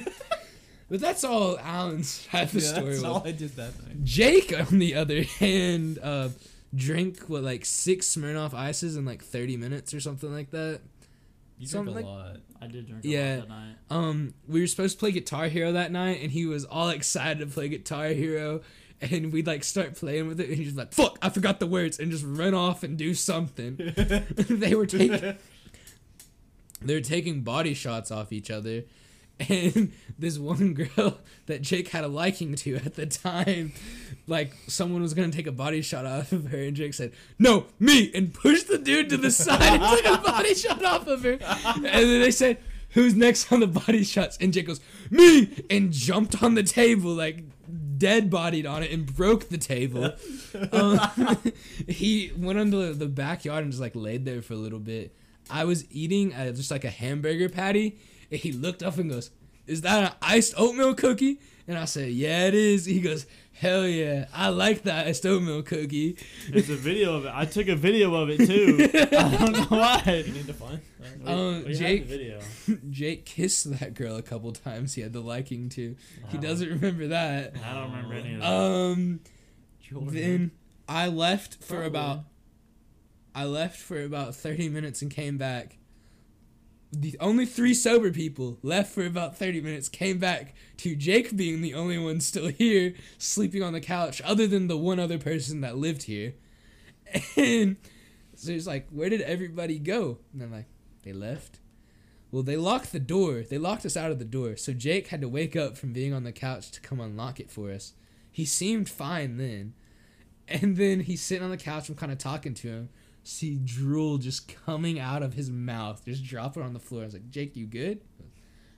Speaker 4: but that's all Alan's half the
Speaker 1: Yeah,
Speaker 4: story.
Speaker 1: That's
Speaker 4: was.
Speaker 1: all I did that night.
Speaker 4: Jake, on the other hand, uh, drank what like six Smirnoff ices in like thirty minutes or something like that.
Speaker 1: You
Speaker 4: So I'm
Speaker 1: drink a
Speaker 4: like-
Speaker 1: lot.
Speaker 3: I did drink
Speaker 4: Yeah.
Speaker 3: a lot that night.
Speaker 4: um we were supposed to play guitar hero that night and he was all excited to play guitar hero and we'd like start playing with it and he was like fuck i forgot the words and just run off and do something they were taking they were taking body shots off each other and this one girl that jake had a liking to at the time like someone was gonna take a body shot off of her and jake said no me and pushed the dude to the side and took a body shot off of her and then they said who's next on the body shots and jake goes me and jumped on the table like dead bodied on it and broke the table um, he went under the backyard and just like laid there for a little bit i was eating uh, just like a hamburger patty and he looked up and goes is that an iced oatmeal cookie and i said yeah it is he goes hell yeah i like that iced oatmeal cookie
Speaker 3: There's a video of it. I took a video of it too. I don't know why.
Speaker 1: You need to find. that.
Speaker 3: We-
Speaker 4: Um,
Speaker 3: we have the
Speaker 4: Jake-
Speaker 3: video.
Speaker 4: jake kissed that girl a couple times he had the liking to he
Speaker 3: Wow.
Speaker 4: doesn't remember that
Speaker 3: I don't remember any of
Speaker 1: Uh,
Speaker 3: that.
Speaker 4: um
Speaker 1: Jordan.
Speaker 4: Then I left for
Speaker 1: Probably.
Speaker 4: about I left for about 30 minutes and came back. The only three sober people left for about 30 minutes came back to Jake being the only one still here sleeping on the couch other than the one other person that lived here. And so he's like, "Where did everybody go?" And I'm like, "They left." Well, they locked the door. They locked us out of the door. So Jake had to wake up from being on the couch to come unlock it for us. He seemed fine then. And then he's sitting on the couch. I'm kind of talking to him. See drool just coming out of his mouth, just dropping on the floor. I was like, Jake, you good? He goes,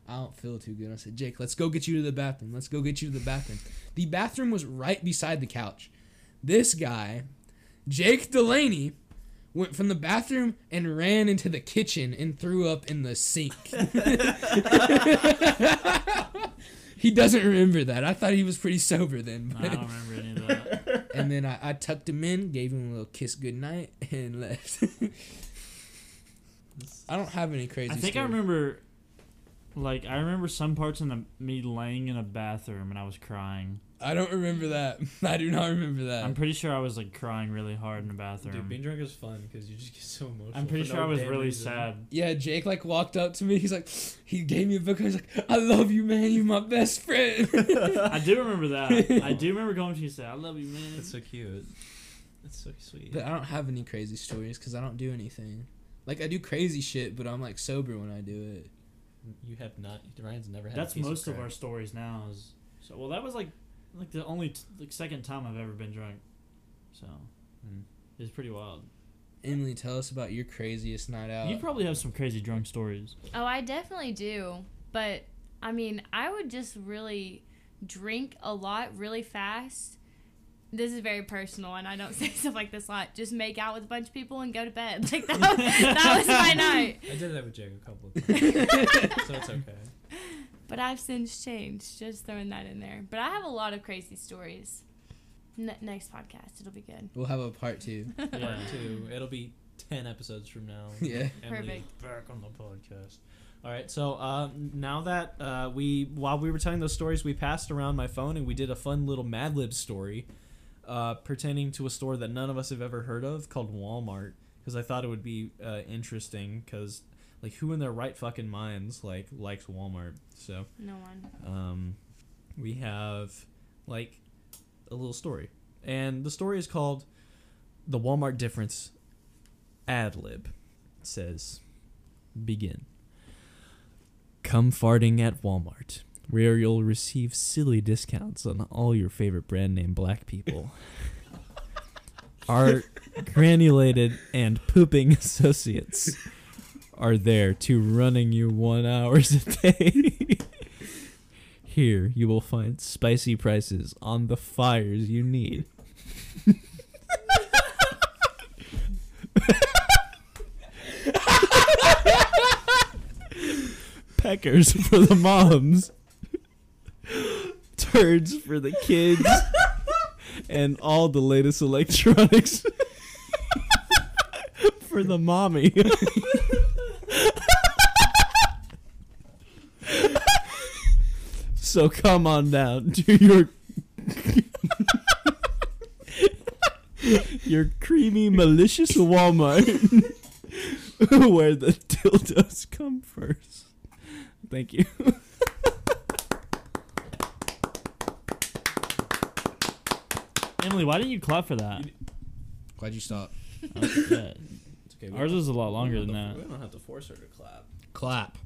Speaker 4: I don't feel too good. I said, Jake, let's go get you to the bathroom. Let's go get you to the bathroom. The bathroom was right beside the couch. This guy, Jake Delaney, went from the bathroom and ran into the kitchen and threw up in the sink. he doesn't remember that. I thought he was pretty sober then.
Speaker 3: I don't remember any of that.
Speaker 4: And then I, I tucked him in, gave him a little kiss goodnight, and left. I don't have any crazy.
Speaker 3: I think I
Speaker 4: story.
Speaker 3: remember, like, I remember some parts in the, me laying in a bathroom and I was crying.
Speaker 4: I don't remember that. I do not remember that.
Speaker 3: I'm pretty sure I was like crying really hard in the bathroom.
Speaker 1: Dude, being drunk is fun because you just get so emotional.
Speaker 3: I'm pretty
Speaker 1: for
Speaker 3: sure
Speaker 1: no
Speaker 3: I was
Speaker 1: damn
Speaker 3: really
Speaker 1: reason.
Speaker 3: sad.
Speaker 4: yeah, Jake like walked up to me. He's like, he gave me a book. I was like, I love you, man. You're my best friend.
Speaker 3: I do remember that. I do remember going to you and say, "I love you, man."
Speaker 1: That's so cute. That's so sweet.
Speaker 4: but I don't have any crazy stories because I don't do anything. Like I do crazy shit, but I'm like sober when I do it.
Speaker 1: You have not. Ryan's never had. a
Speaker 3: That's
Speaker 1: piece
Speaker 3: most of
Speaker 1: crack.
Speaker 3: our stories now. Is so well. That was like, like the only t- like second time I've ever been drunk. So,
Speaker 1: Mm.
Speaker 3: it's pretty wild.
Speaker 4: Emily, tell us about your craziest night out.
Speaker 3: you probably have some crazy drunk stories.
Speaker 2: Oh, I definitely do. But I mean, I would just really drink a lot really fast. This is very personal, and I don't say stuff like this a lot. Just make out with a bunch of people and go to bed. Like that, that was my night.
Speaker 1: I did that with Jake a couple of times, so it's okay.
Speaker 2: But I've since changed. Just throwing that in there. But I have a lot of crazy stories. N- next podcast, it'll be good.
Speaker 4: we'll have a part two.
Speaker 1: Part
Speaker 3: Yeah.
Speaker 1: two. It'll be ten episodes from now.
Speaker 4: yeah.
Speaker 1: Emily's back on the podcast. All right, so uh, now that uh, we, while we were telling those stories, we passed around my phone and we did a fun little Mad Lib story uh, pertaining to a store that none of us have ever heard of called Walmart because I thought it would be uh, interesting because like who in their right fucking minds like likes Walmart? So
Speaker 2: No one.
Speaker 1: um, we have like a little story, and the story is called "The Walmart Difference." Ad lib It says, "Begin." Come farting at Walmart, where you'll receive silly discounts on all your favorite brand name black people. Our granulated and pooping associates are there to running you one hours a day. Here you will find spicy prices on the fires you need. Peckers for the moms, turds for the kids, and all the latest electronics for the mommy. So come on down to your your creamy malicious Walmart
Speaker 5: where the dildos come first. Thank you.
Speaker 3: Emily, why didn't you clap for that?
Speaker 4: Glad you stopped.
Speaker 3: Yeah,
Speaker 5: It's okay.
Speaker 3: Ours was a lot longer than that.
Speaker 5: We don't have to force her to clap.
Speaker 4: Clap.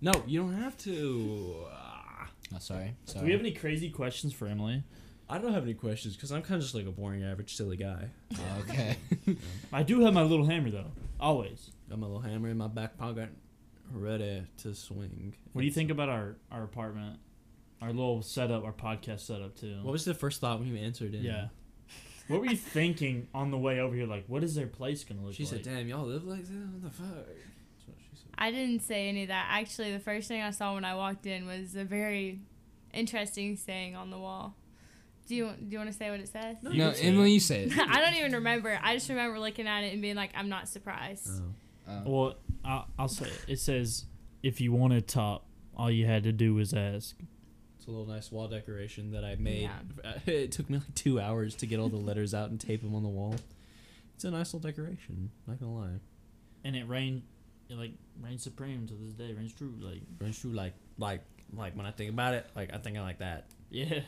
Speaker 5: No, you don't have to. Ah,
Speaker 4: Oh, sorry. Sorry.
Speaker 3: Do we have any crazy questions for Emily?
Speaker 5: I don't have any questions because I'm kind of just like a boring, average, silly guy.
Speaker 4: Oh, okay.
Speaker 3: I do have my little hammer though, always.
Speaker 5: Got my little hammer in my back pocket, ready to swing.
Speaker 3: What do you think about our our apartment, our little setup, our podcast setup too?
Speaker 5: What was the first thought when you answered it?
Speaker 3: yeah. What were you thinking on the way over here? Like, what is their place gonna look
Speaker 5: She
Speaker 3: like?
Speaker 5: said, "Damn, y'all live like that? What the fuck?" That's what she said.
Speaker 2: I didn't say any of that. Actually, the first thing I saw when I walked in was a very interesting saying on the wall. Do you do you want to say what it says?
Speaker 5: No,
Speaker 4: no,
Speaker 5: you can
Speaker 4: Emily, you say it.
Speaker 2: I don't even remember. I just remember looking at it and being like, I'm not surprised.
Speaker 5: Oh.
Speaker 4: Um,
Speaker 3: Well, I'll, I'll say it. it says if you wanted top, all you had to do was ask.
Speaker 5: It's a little nice wall decoration that I made.
Speaker 2: Yeah.
Speaker 5: It took me like two hours to get all the letters out and tape them on the wall. It's a nice little decoration. Not gonna lie.
Speaker 3: And it rained, it like reigns supreme to this day. Reigns true, like
Speaker 5: It's true. Like, like, like when I think about it, like I think I like that.
Speaker 3: yeah.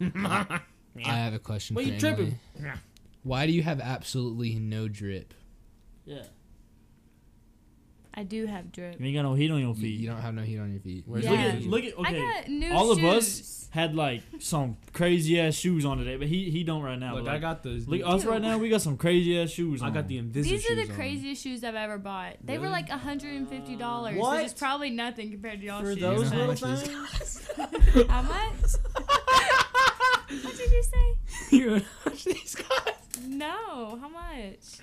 Speaker 4: I have a question
Speaker 3: Well,
Speaker 4: for
Speaker 3: you
Speaker 4: Emily.
Speaker 3: tripping.
Speaker 4: Why do you have absolutely no drip?
Speaker 3: Yeah,
Speaker 2: I do have drip.
Speaker 3: you ain't got no heat on your
Speaker 4: You,
Speaker 3: feet.
Speaker 4: you don't have no heat on your feet.
Speaker 5: Where's
Speaker 2: Yeah.
Speaker 5: the
Speaker 3: Look at
Speaker 5: heat?
Speaker 3: look at okay.
Speaker 2: I got new
Speaker 3: all of us-
Speaker 2: shoes.
Speaker 3: had like some crazy ass shoes on today, but he he don't right now.
Speaker 5: Look,
Speaker 3: but, like,
Speaker 5: I got the.
Speaker 3: look us right now. We got some crazy ass shoes.
Speaker 5: I
Speaker 3: on.
Speaker 5: got the invisible.
Speaker 2: These are the craziest shoes I've ever bought. They were
Speaker 5: Really?
Speaker 2: like $150,
Speaker 5: What?
Speaker 2: which is probably nothing compared to y'all
Speaker 5: For
Speaker 2: shoes.
Speaker 4: You know
Speaker 5: those little
Speaker 4: how much it is?
Speaker 5: things.
Speaker 2: How much? what did you say?
Speaker 5: You watch these guys.
Speaker 2: No, how much?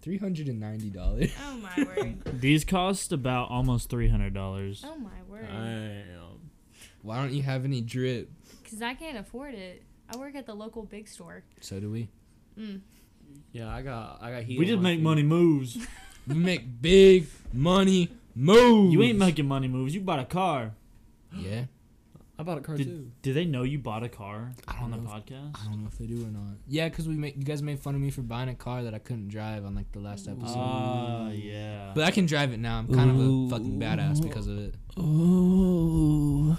Speaker 4: Three hundred and ninety dollars.
Speaker 2: Oh my word.
Speaker 3: These cost about almost three hundred dollars.
Speaker 2: Oh my word.
Speaker 5: Damn.
Speaker 4: Why don't you have any drip?
Speaker 2: Because I can't afford it. I work at the local big store.
Speaker 4: So do we.
Speaker 2: Mm.
Speaker 5: Yeah, I got. I got heat.
Speaker 3: We
Speaker 5: on
Speaker 3: just
Speaker 5: my
Speaker 3: make
Speaker 5: feet.
Speaker 3: money moves.
Speaker 4: We make big money moves.
Speaker 3: You ain't making money moves. You bought a car.
Speaker 4: Yeah.
Speaker 5: I bought a car too.
Speaker 3: Did they know you bought a car
Speaker 4: I don't
Speaker 3: on the
Speaker 4: know if-
Speaker 3: podcast?
Speaker 4: I don't know if they do or not. Yeah, cause we make you guys made fun of me for buying a car that I couldn't drive on like the last episode.
Speaker 3: Ah, yeah.
Speaker 4: but I can drive it now. I'm kind of a fucking badass because of it.
Speaker 5: Oh.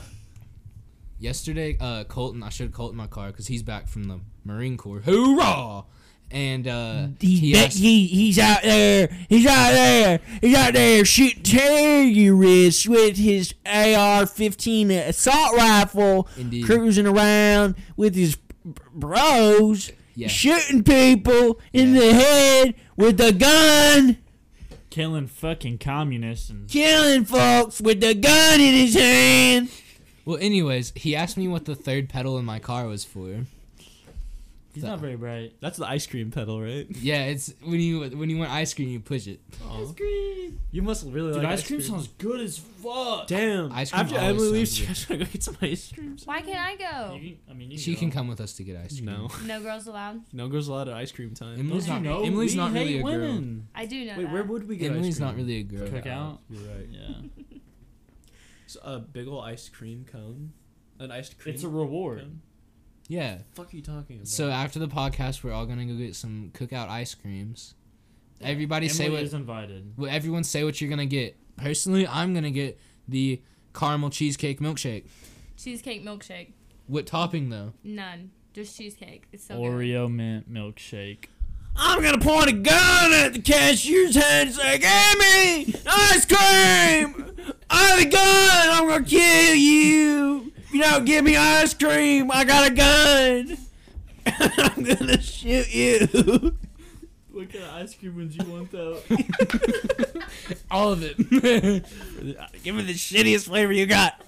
Speaker 4: Yesterday, uh, Colton, I showed Colton my car because he's back from the Marine Corps. Hoorah! And uh, he asked,
Speaker 1: he, he's out there. He's out there. He's out there shooting terrorists with his AR-15 assault rifle,
Speaker 4: Indeed.
Speaker 1: cruising around with his b- bros,
Speaker 4: Yeah.
Speaker 1: shooting people in
Speaker 4: Yeah.
Speaker 1: the head with a gun,
Speaker 3: Killing fucking communists and
Speaker 1: killing folks with the gun in his hand.
Speaker 4: well, anyways, he asked me what the third pedal in my car was for.
Speaker 3: he's not very bright.
Speaker 5: That's the ice cream pedal, right?
Speaker 4: Yeah, it's when you when you want ice cream, you push it.
Speaker 5: Aw.
Speaker 3: cream.
Speaker 5: You must really
Speaker 3: Dude,
Speaker 5: like
Speaker 3: ice cream sounds good as fuck.
Speaker 5: Damn.
Speaker 4: Ice cream
Speaker 5: Uh, After
Speaker 4: always
Speaker 5: Emily leaves,
Speaker 4: sounds
Speaker 5: she has to go get some ice cream.
Speaker 2: Why can't I go?
Speaker 3: You can- I mean, you
Speaker 4: She can
Speaker 3: go.
Speaker 4: come with us to get ice cream.
Speaker 5: No.
Speaker 3: Mm-hmm.
Speaker 2: No girls allowed.
Speaker 5: No girls allowed at ice cream time.
Speaker 4: Emily's
Speaker 3: Don't
Speaker 4: not.
Speaker 3: you know?
Speaker 4: Emily's
Speaker 3: we
Speaker 4: not really
Speaker 3: hate
Speaker 4: a girl.
Speaker 3: women.
Speaker 2: I do know
Speaker 5: Wait,
Speaker 2: that.
Speaker 5: where would we get ice
Speaker 4: Emily's
Speaker 5: cream?
Speaker 4: not really a girl.
Speaker 3: Cook out.
Speaker 5: You're right.
Speaker 3: Yeah.
Speaker 5: It's a big ol' ice cream cone. An ice cream.
Speaker 3: It's a reward.
Speaker 5: cone?
Speaker 4: Yeah.
Speaker 5: Fuck you talking about?
Speaker 4: So after the podcast, we're all gonna go get some cookout ice creams. Everybody say
Speaker 3: Emily
Speaker 4: what
Speaker 3: is invited.
Speaker 4: Well, everyone say what you're gonna get. Personally, I'm gonna get the caramel cheesecake milkshake.
Speaker 2: Cheesecake milkshake.
Speaker 4: What topping though?
Speaker 2: None. Just cheesecake. It's so good.
Speaker 3: Oreo mint milkshake.
Speaker 1: I'm gonna point a gun at the cashier's head and say, "Give me ice cream! I have a gun! I'm gonna kill you! If you don't give me ice cream, I got a gun! I'm gonna shoot you!"
Speaker 3: What kind of ice cream would you want though?
Speaker 4: All of it.
Speaker 1: Give me the shittiest flavor you got.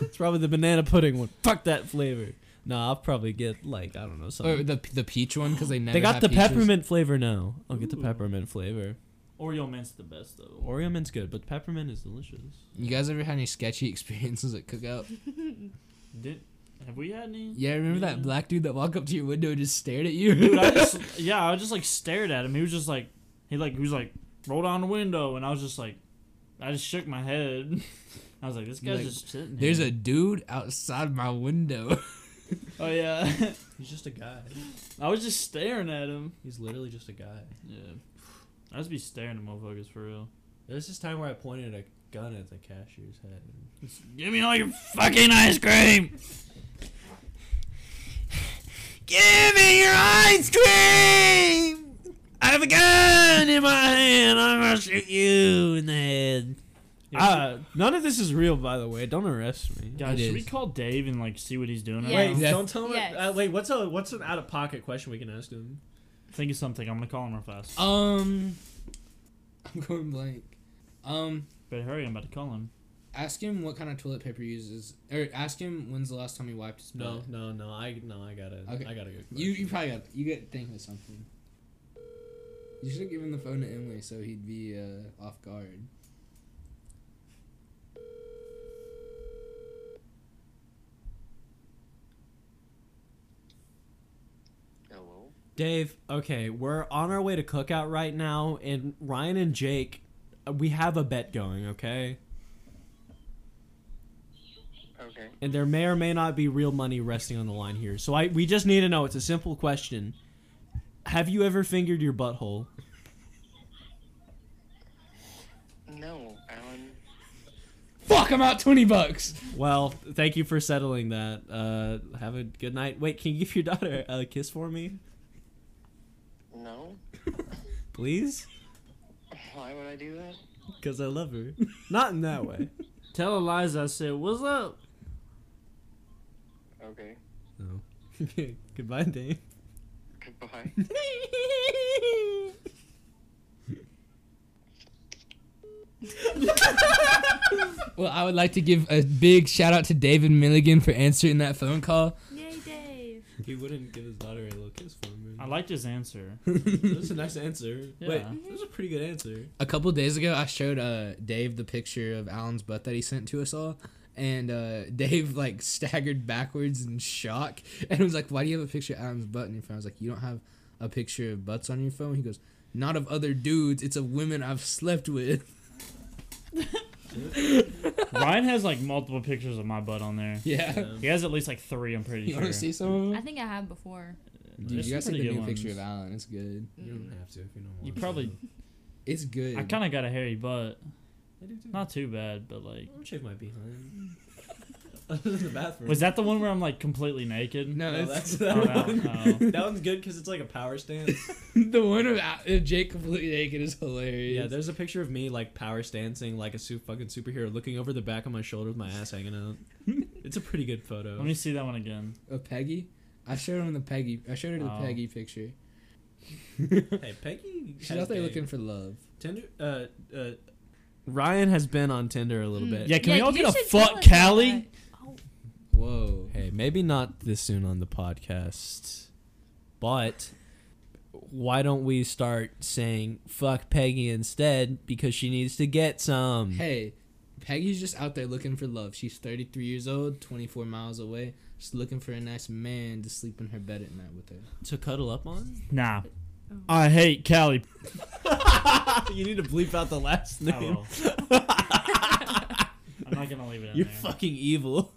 Speaker 5: it's probably the banana pudding one. Fuck that flavor. Nah, I'll probably get like I don't know
Speaker 4: or
Speaker 5: something.
Speaker 4: the the peach one because they never.
Speaker 5: they got
Speaker 4: have
Speaker 5: the
Speaker 4: peaches.
Speaker 5: peppermint flavor now. I'll get the
Speaker 3: Ooh.
Speaker 5: peppermint flavor.
Speaker 3: Oreo mint's the best though.
Speaker 5: Oreo mint's good, but peppermint is delicious.
Speaker 4: You guys ever had any sketchy experiences at cookout?
Speaker 3: Did have we had any?
Speaker 4: Yeah, remember that
Speaker 3: Yeah.
Speaker 4: black dude that walked up to your window and just stared at you?
Speaker 3: Dude, I just yeah, I just like stared at him. He was just like he like he was like roll down the window, and I was just like, I just shook my head. I was like, this guy's
Speaker 4: Like,
Speaker 3: just sitting.
Speaker 4: There's a
Speaker 3: here.
Speaker 4: dude outside my window.
Speaker 3: Oh yeah,
Speaker 5: He's just a guy.
Speaker 3: I was just staring at him.
Speaker 5: He's literally just a guy.
Speaker 3: Yeah. I just be staring at motherfuckers for real.
Speaker 5: There's this time where I pointed a gun at the cashier's head.
Speaker 3: Just, Give me all your fucking ice cream.
Speaker 1: Give me your ice cream! I have a gun in my hand. I'm gonna shoot you in the head.
Speaker 5: Ah,
Speaker 1: Uh, none of this is real, by the way. Don't arrest me.
Speaker 3: Guys,
Speaker 4: It
Speaker 3: should we
Speaker 4: is.
Speaker 3: call Dave and like see what he's doing?
Speaker 2: Yeah.
Speaker 3: Right
Speaker 5: Wait,
Speaker 3: now?
Speaker 4: Yes.
Speaker 5: don't tell him.
Speaker 2: Yes.
Speaker 5: Uh, wait, what's a what's an out of pocket question we can ask him?
Speaker 3: Think of something. I'm gonna call him real fast.
Speaker 4: Um, I'm going blank. Um,
Speaker 3: But hurry, I'm about to call him.
Speaker 4: ask him what kind of toilet paper he uses, or ask him when's the last time he wiped his
Speaker 5: No,
Speaker 4: butt.
Speaker 5: no, no. I no, I gotta,
Speaker 4: Okay.
Speaker 5: I gotta go.
Speaker 4: You you probably got you get think of something. You should have given the phone to Emily so he'd be uh, off guard.
Speaker 6: Hello.
Speaker 5: Dave, okay, we're on our way to cookout right now, and Ryan and Jake, uh, we have a bet going, okay?
Speaker 6: Okay.
Speaker 5: And there may or may not be real money resting on the line here. So I, we just need to know. It's a simple question. Have you ever fingered your butthole?
Speaker 6: No, Alan.
Speaker 4: Fuck! I'm out twenty bucks.
Speaker 5: Well, thank you for settling that. Uh, have a good night. Wait, can you give your daughter a kiss for me,
Speaker 6: No.
Speaker 5: please?
Speaker 6: Why would I do that?
Speaker 5: Because I love her. Not in that way.
Speaker 3: Tell Eliza I said what's up.
Speaker 6: Okay.
Speaker 5: No. Goodbye, Dave.
Speaker 6: Goodbye.
Speaker 4: Well, I would like to give a big shout out to David Milligan for answering that phone call.
Speaker 2: Yay, Dave.
Speaker 5: He wouldn't give his daughter a little kiss for me.
Speaker 3: I liked his answer.
Speaker 5: That's a nice answer. Wait,
Speaker 3: Yeah.
Speaker 5: that was a pretty good answer.
Speaker 4: a couple days ago, I showed uh, Dave the picture of Alan's butt that he sent to us all, and uh, Dave like staggered backwards in shock, and was like, "Why do you have a picture of Alan's butt in your phone?" I was like, "You don't have a picture of butts on your phone." He goes, "Not of other dudes. It's of women I've slept with."
Speaker 3: Ryan has like multiple pictures of my butt on there.
Speaker 4: Yeah.
Speaker 3: He has at least like three. I'm pretty
Speaker 4: You
Speaker 3: sure.
Speaker 4: want to see some of
Speaker 2: I
Speaker 4: them?
Speaker 2: think I have before. Mm.
Speaker 4: Dude,
Speaker 3: There's
Speaker 4: you
Speaker 3: some
Speaker 4: guys take the
Speaker 3: pretty
Speaker 4: new
Speaker 3: good
Speaker 4: picture
Speaker 3: ones.
Speaker 4: of Alan. It's good.
Speaker 5: You don't have to if you don't want
Speaker 3: You probably.
Speaker 4: It's good.
Speaker 3: I kind of got a hairy butt.
Speaker 5: I do too.
Speaker 3: Not too bad, but like.
Speaker 5: I'm shave my behind. I was in the bathroom.
Speaker 3: Was that the one where I'm like completely naked?
Speaker 4: no,
Speaker 5: No,
Speaker 4: it's
Speaker 5: that's that
Speaker 3: Oh, that
Speaker 5: one.
Speaker 3: one, oh.
Speaker 5: That one's good because it's like a power stance.
Speaker 4: the one of Al- Jake completely naked is hilarious.
Speaker 5: yeah, there's a picture of me like power stancing like a su- fucking superhero, looking over the back of my shoulder with my ass hanging out. it's a pretty good photo.
Speaker 3: Let me see that one again.
Speaker 4: of Peggy. I showed him the Peggy. I showed her the
Speaker 3: Oh.
Speaker 4: Peggy picture.
Speaker 5: Hey, Peggy.
Speaker 4: She's
Speaker 5: has
Speaker 4: out there
Speaker 5: game.
Speaker 4: looking for love.
Speaker 5: Tinder. Uh, uh, Ryan has been on Tinder a little
Speaker 2: Mm.
Speaker 5: bit.
Speaker 3: Yeah, can we all
Speaker 2: you
Speaker 3: get a
Speaker 2: should tell
Speaker 3: fuck
Speaker 2: us about
Speaker 3: Callie?
Speaker 2: that.
Speaker 4: Whoa.
Speaker 5: Hey, maybe not this soon on the podcast, but why don't we start saying fuck Peggy instead because she needs to get some?
Speaker 4: Hey, Peggy's just out there looking for love. She's 33 years old, 24 miles away. She's looking for a nice man to sleep in her bed at night with her.
Speaker 5: To cuddle up on?
Speaker 3: Nah. I hate Callie.
Speaker 5: you need to bleep out the last
Speaker 3: I
Speaker 5: name.
Speaker 3: will. I'm not gonna leave it in
Speaker 5: You're
Speaker 3: there.
Speaker 5: fucking evil.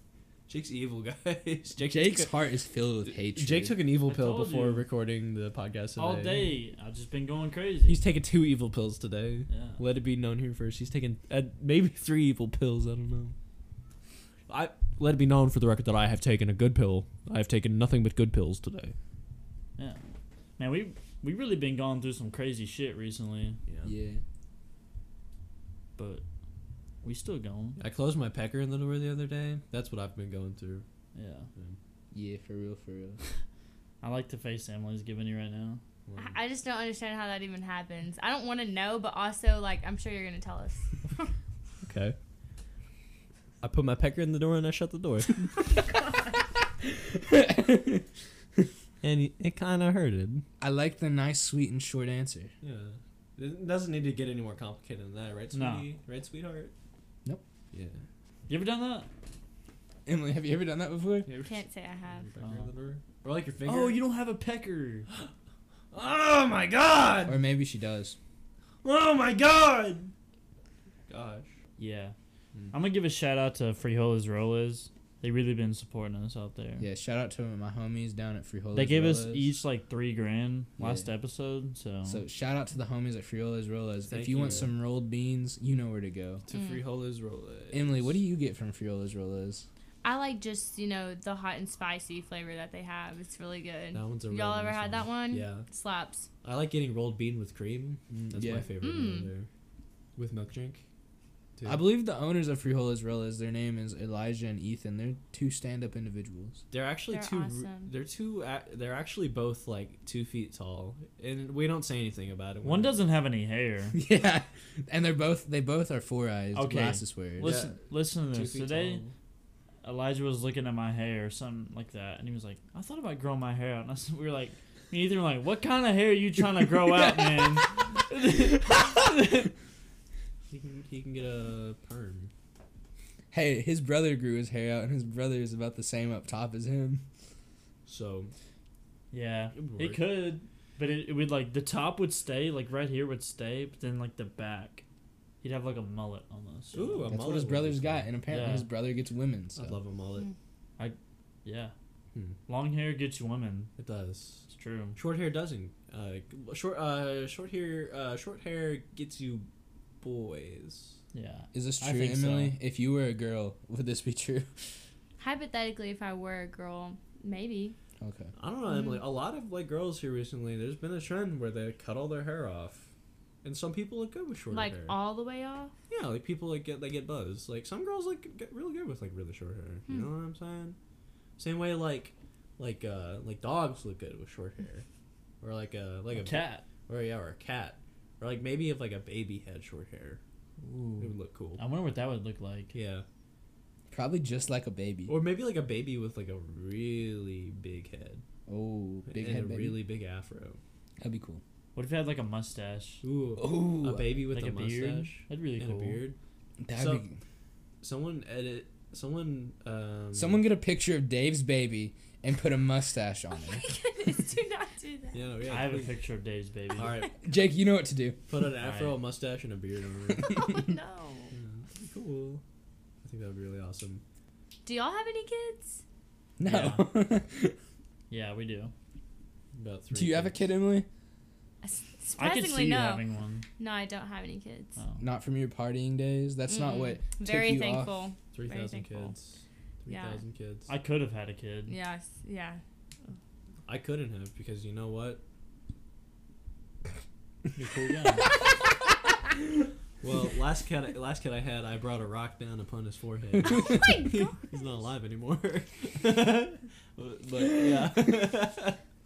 Speaker 5: Jake's evil, guys. Jake
Speaker 4: Jake's
Speaker 5: took
Speaker 4: heart is filled with
Speaker 5: a,
Speaker 4: hatred.
Speaker 5: Jake took an evil
Speaker 3: I
Speaker 5: pill
Speaker 3: told
Speaker 5: before
Speaker 3: you.
Speaker 5: recording the podcast today.
Speaker 3: All day, I've just been going crazy.
Speaker 5: He's taking two evil pills today.
Speaker 3: yeah.
Speaker 5: Let it be known here first. He's taken uh, maybe three evil pills. I don't know. I let it be known for the record that I have taken a good pill. I have taken nothing but good pills today.
Speaker 3: yeah. Man, we we really been going through some crazy shit recently,
Speaker 4: Yeah.
Speaker 3: but we still going.
Speaker 5: I closed my pecker in the door the other day. That's what I've been going through.
Speaker 3: Yeah.
Speaker 4: Yeah, for real, for real.
Speaker 3: I like the face Emily's giving you right now.
Speaker 2: I- I just don't understand how that even happens. I don't want to know, but also, like, I'm sure you're going to tell us.
Speaker 5: Okay. I put my pecker in the door and I shut the door. and it- it kind of hurted.
Speaker 4: I like the nice, sweet, and short answer.
Speaker 5: Yeah. It doesn't need to get any more complicated than that, right,
Speaker 3: No.
Speaker 5: sweetie? Right, sweetheart?
Speaker 4: Nope.
Speaker 5: Yeah.
Speaker 3: You ever done that?
Speaker 4: Emily, have you ever done that before?
Speaker 5: You ever
Speaker 2: Can't say I have.
Speaker 5: your pecker in the door? Or like your finger?
Speaker 3: Oh, you don't have a pecker.
Speaker 5: Oh my god!
Speaker 4: Or maybe she does.
Speaker 5: Oh my god! Gosh.
Speaker 4: Hmm.
Speaker 3: Yeah. I'm gonna give a shout out to Frijoles Rolas. They really been supporting us out there.
Speaker 4: Yeah, shout out to my homies down at Frijoles.
Speaker 3: They gave us
Speaker 4: Rolas.
Speaker 3: each like three grand
Speaker 4: Yeah.
Speaker 3: last episode, so,
Speaker 4: So shout out to the homies at Frijoles Rolas.
Speaker 5: Thank
Speaker 4: if you, want
Speaker 5: you.
Speaker 4: some rolled beans, you know where to go.
Speaker 5: To
Speaker 2: Mm.
Speaker 5: frijoles roll it.
Speaker 4: Emily, what do you get from Frijoles Rolas?
Speaker 2: I like just you know the hot and spicy flavor that they have. It's really good.
Speaker 5: That one's a
Speaker 2: Y'all
Speaker 5: real
Speaker 2: ever
Speaker 5: nice
Speaker 2: had that one?
Speaker 5: Yeah,
Speaker 2: Slaps.
Speaker 5: I like getting rolled bean with cream. That's
Speaker 4: yeah.
Speaker 5: my favorite
Speaker 2: Mm.
Speaker 5: one there. With milk drink. too.
Speaker 4: I believe the owners of Frijoles Rolas, their name is Elijah and Ethan. They're two stand-up individuals.
Speaker 5: They're actually
Speaker 2: They're
Speaker 5: two. r-
Speaker 2: awesome.
Speaker 5: They're two. a- They're actually both like two feet tall, and we don't say anything about it.
Speaker 3: one doesn't have any hair.
Speaker 4: yeah, and they're both they both are four eyes
Speaker 3: Okay.
Speaker 4: glasses wearers.
Speaker 3: Listen, listen to
Speaker 5: Two
Speaker 3: this.
Speaker 5: feet
Speaker 3: Today,
Speaker 5: tall.
Speaker 3: Elijah was looking at my hair or something like that, and he was like, "I thought about growing my hair out." And I said, "We were like, me either. Like, what kind of hair are you trying to grow out, man?"
Speaker 5: he can he can get a perm.
Speaker 4: Hey, his brother grew his hair out, and his brother is about the same up top as him.
Speaker 5: So
Speaker 3: yeah,
Speaker 5: It would
Speaker 3: it
Speaker 5: work.
Speaker 3: could, but it, it would like the top would stay, like right here would stay, but then like the back, he'd have like a mullet almost.
Speaker 5: Ooh, a
Speaker 4: That's what
Speaker 5: mullet
Speaker 4: his
Speaker 5: would
Speaker 4: brother's
Speaker 5: be
Speaker 4: got,
Speaker 5: fun.
Speaker 4: and apparently
Speaker 3: Yeah.
Speaker 4: his brother gets women. So.
Speaker 5: I love a mullet.
Speaker 2: Mm.
Speaker 3: yeah.
Speaker 5: Hmm.
Speaker 3: Long hair gets you women.
Speaker 5: It does.
Speaker 3: It's true.
Speaker 5: Short hair doesn't. Uh, short uh, short hair uh, short hair gets you boys.
Speaker 3: Yeah.
Speaker 4: Is this
Speaker 3: I
Speaker 4: true,
Speaker 3: think so.
Speaker 4: Emily? If you were a girl, would this be true?
Speaker 2: Hypothetically, if I were a girl, maybe.
Speaker 4: Okay.
Speaker 5: I don't know, Emily. A lot of like girls here recently, there's been a trend where they cut all their hair off, and some people look good with short
Speaker 2: like
Speaker 5: hair.
Speaker 2: all the way off.
Speaker 5: yeah, like people like get they get buzzed. Like some girls like get really good with like really short hair. You
Speaker 2: Hmm.
Speaker 5: know what I'm saying? Same way like like uh like dogs look good with short hair, or like a like a,
Speaker 3: cat.
Speaker 5: or yeah or a cat, or like maybe if like a baby had short hair, it
Speaker 3: Ooh.
Speaker 5: would look cool.
Speaker 3: I wonder what that would look like.
Speaker 5: Yeah,
Speaker 4: Probably just like a baby.
Speaker 5: or maybe like a baby with like a really big head
Speaker 4: Oh, big
Speaker 5: and
Speaker 4: head
Speaker 5: a
Speaker 4: baby.
Speaker 5: really big afro.
Speaker 4: That'd be cool.
Speaker 3: What if you had like a mustache?
Speaker 5: Ooh,
Speaker 4: Ooh,
Speaker 5: a baby with
Speaker 3: like
Speaker 5: a,
Speaker 3: a beard?
Speaker 5: mustache
Speaker 3: That'd be really
Speaker 5: and
Speaker 3: cool.
Speaker 5: a beard.
Speaker 4: That'd
Speaker 5: So-
Speaker 4: be.
Speaker 5: Someone edit. Someone. Um,
Speaker 4: Someone get a picture of Dave's baby and put a mustache on it.
Speaker 2: Goodness, do not do that.
Speaker 5: Yeah, yeah.
Speaker 3: I have a
Speaker 5: please.
Speaker 3: picture of Dave's baby.
Speaker 5: All right,
Speaker 4: Jake, you know what to do.
Speaker 5: put an
Speaker 3: All
Speaker 5: afro,
Speaker 3: right.
Speaker 5: a mustache, and a beard on it.
Speaker 2: Oh no.
Speaker 5: Yeah, that'd be cool. I think that would be really awesome.
Speaker 2: Do y'all have any kids?
Speaker 4: No.
Speaker 3: Yeah, we do.
Speaker 5: About three.
Speaker 4: do you have a
Speaker 5: kids.
Speaker 4: kid, Emily?
Speaker 2: S-
Speaker 3: I could see
Speaker 2: Surprisingly,
Speaker 3: you
Speaker 2: no.
Speaker 3: having one.
Speaker 2: No, I don't have any kids.
Speaker 3: Oh.
Speaker 4: Not from your partying days. That's not
Speaker 2: Mm-mm.
Speaker 4: what. took
Speaker 2: Very
Speaker 4: you off?
Speaker 2: thankful.
Speaker 5: Three
Speaker 2: Very
Speaker 5: thousand
Speaker 2: thankful.
Speaker 5: kids. Three
Speaker 2: Yeah.
Speaker 5: thousand kids.
Speaker 3: I could have had a kid.
Speaker 2: Yes. Yeah.
Speaker 5: I couldn't have because you know what?
Speaker 3: You're a cool guy.
Speaker 5: Well, last kid, last kid I had, I brought a rock down upon his forehead.
Speaker 2: Oh my god.
Speaker 5: He's not alive anymore. but, but, yeah,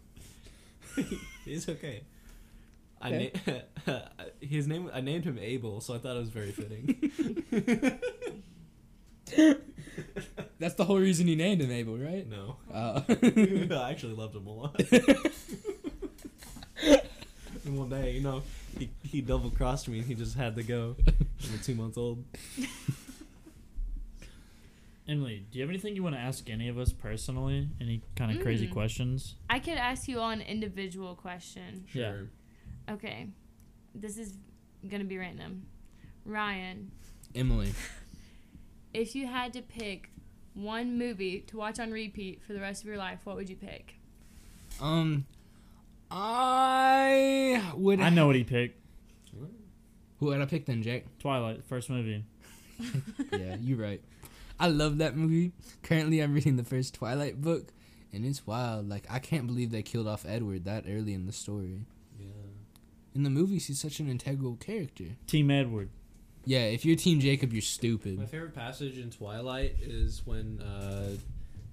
Speaker 5: he's okay. I na- his name I named him Abel, so I thought it was very fitting.
Speaker 4: That's the whole reason you named him Abel, right?
Speaker 5: no,
Speaker 4: Oh.
Speaker 5: I actually loved him a lot. and one day, you know, he, he double crossed me, and he just had to go. I'm a two month old.
Speaker 3: Emily, do you have anything you want to ask any of us personally? Any kind of crazy
Speaker 2: Mm.
Speaker 3: questions?
Speaker 2: I could ask you all an individual question.
Speaker 5: Sure.
Speaker 3: Yeah.
Speaker 2: Okay. This is gonna be random. Ryan,
Speaker 4: Emily.
Speaker 2: if you had to pick one movie to watch on repeat for the rest of your life, what would you pick?
Speaker 4: Um, I would.
Speaker 3: I know what he picked.
Speaker 4: Who would I pick then, Jake?
Speaker 3: Twilight, first movie.
Speaker 4: yeah, you're right. I love that movie. Currently, I'm reading the first Twilight book, and it's wild. Like, I can't believe they killed off Edward that early in the story.
Speaker 5: Yeah.
Speaker 4: In the movies, he's such an integral character.
Speaker 3: Team Edward.
Speaker 4: Yeah, if you're Team Jacob, you're
Speaker 5: My
Speaker 4: stupid.
Speaker 5: favorite passage in Twilight is when uh,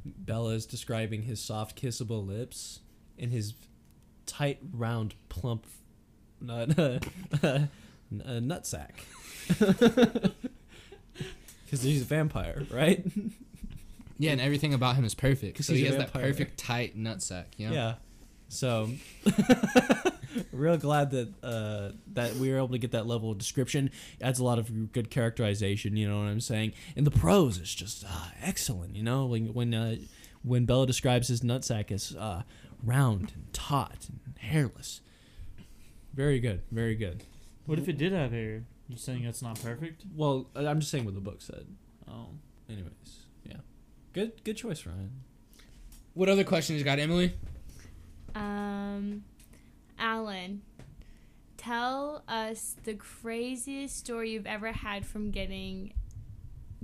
Speaker 5: Bella is describing his soft, kissable lips and his tight, round, plump nut uh, uh, nut sack. Because he's a vampire, right?
Speaker 4: Yeah, and everything about him is perfect.
Speaker 5: 'Cause
Speaker 4: So
Speaker 5: he's
Speaker 4: he
Speaker 5: a
Speaker 4: has that
Speaker 5: vampire.
Speaker 4: perfect tight nutsack. You know?
Speaker 5: Yeah. So, real glad that uh, that we were able to get that level of description. Adds a lot of good characterization. You know what I'm saying? And the prose is just uh, excellent. You know, when when uh, when Bella describes his nutsack as uh, round and taut and hairless. Very good. Very good.
Speaker 3: What if it did have hair? You saying that's not perfect?
Speaker 5: Well, I- I'm just saying what the book said.
Speaker 3: Oh.
Speaker 5: Anyways, yeah. Good good choice, Ryan.
Speaker 4: What other questions you got, Emily?
Speaker 2: Um, Alan, tell us the craziest story you've ever had from getting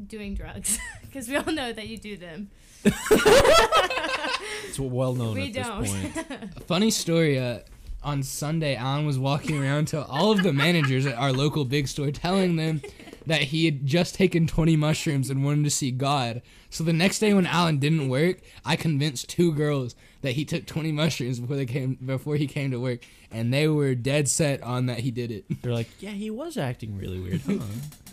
Speaker 2: doing drugs, because we all know that you do them.
Speaker 5: It's well known
Speaker 2: we
Speaker 5: at
Speaker 2: don't.
Speaker 5: this point.
Speaker 4: A funny story. Uh, on Sunday, Alan was walking around to all of the managers at our local big store, telling them that he had just taken 20 mushrooms and wanted to see God. So the next day, when Alan didn't work, I convinced two girls that he took 20 mushrooms before they came before he came to work, and they were dead set on that he did it.
Speaker 5: They're like, yeah, he was acting really weird, huh?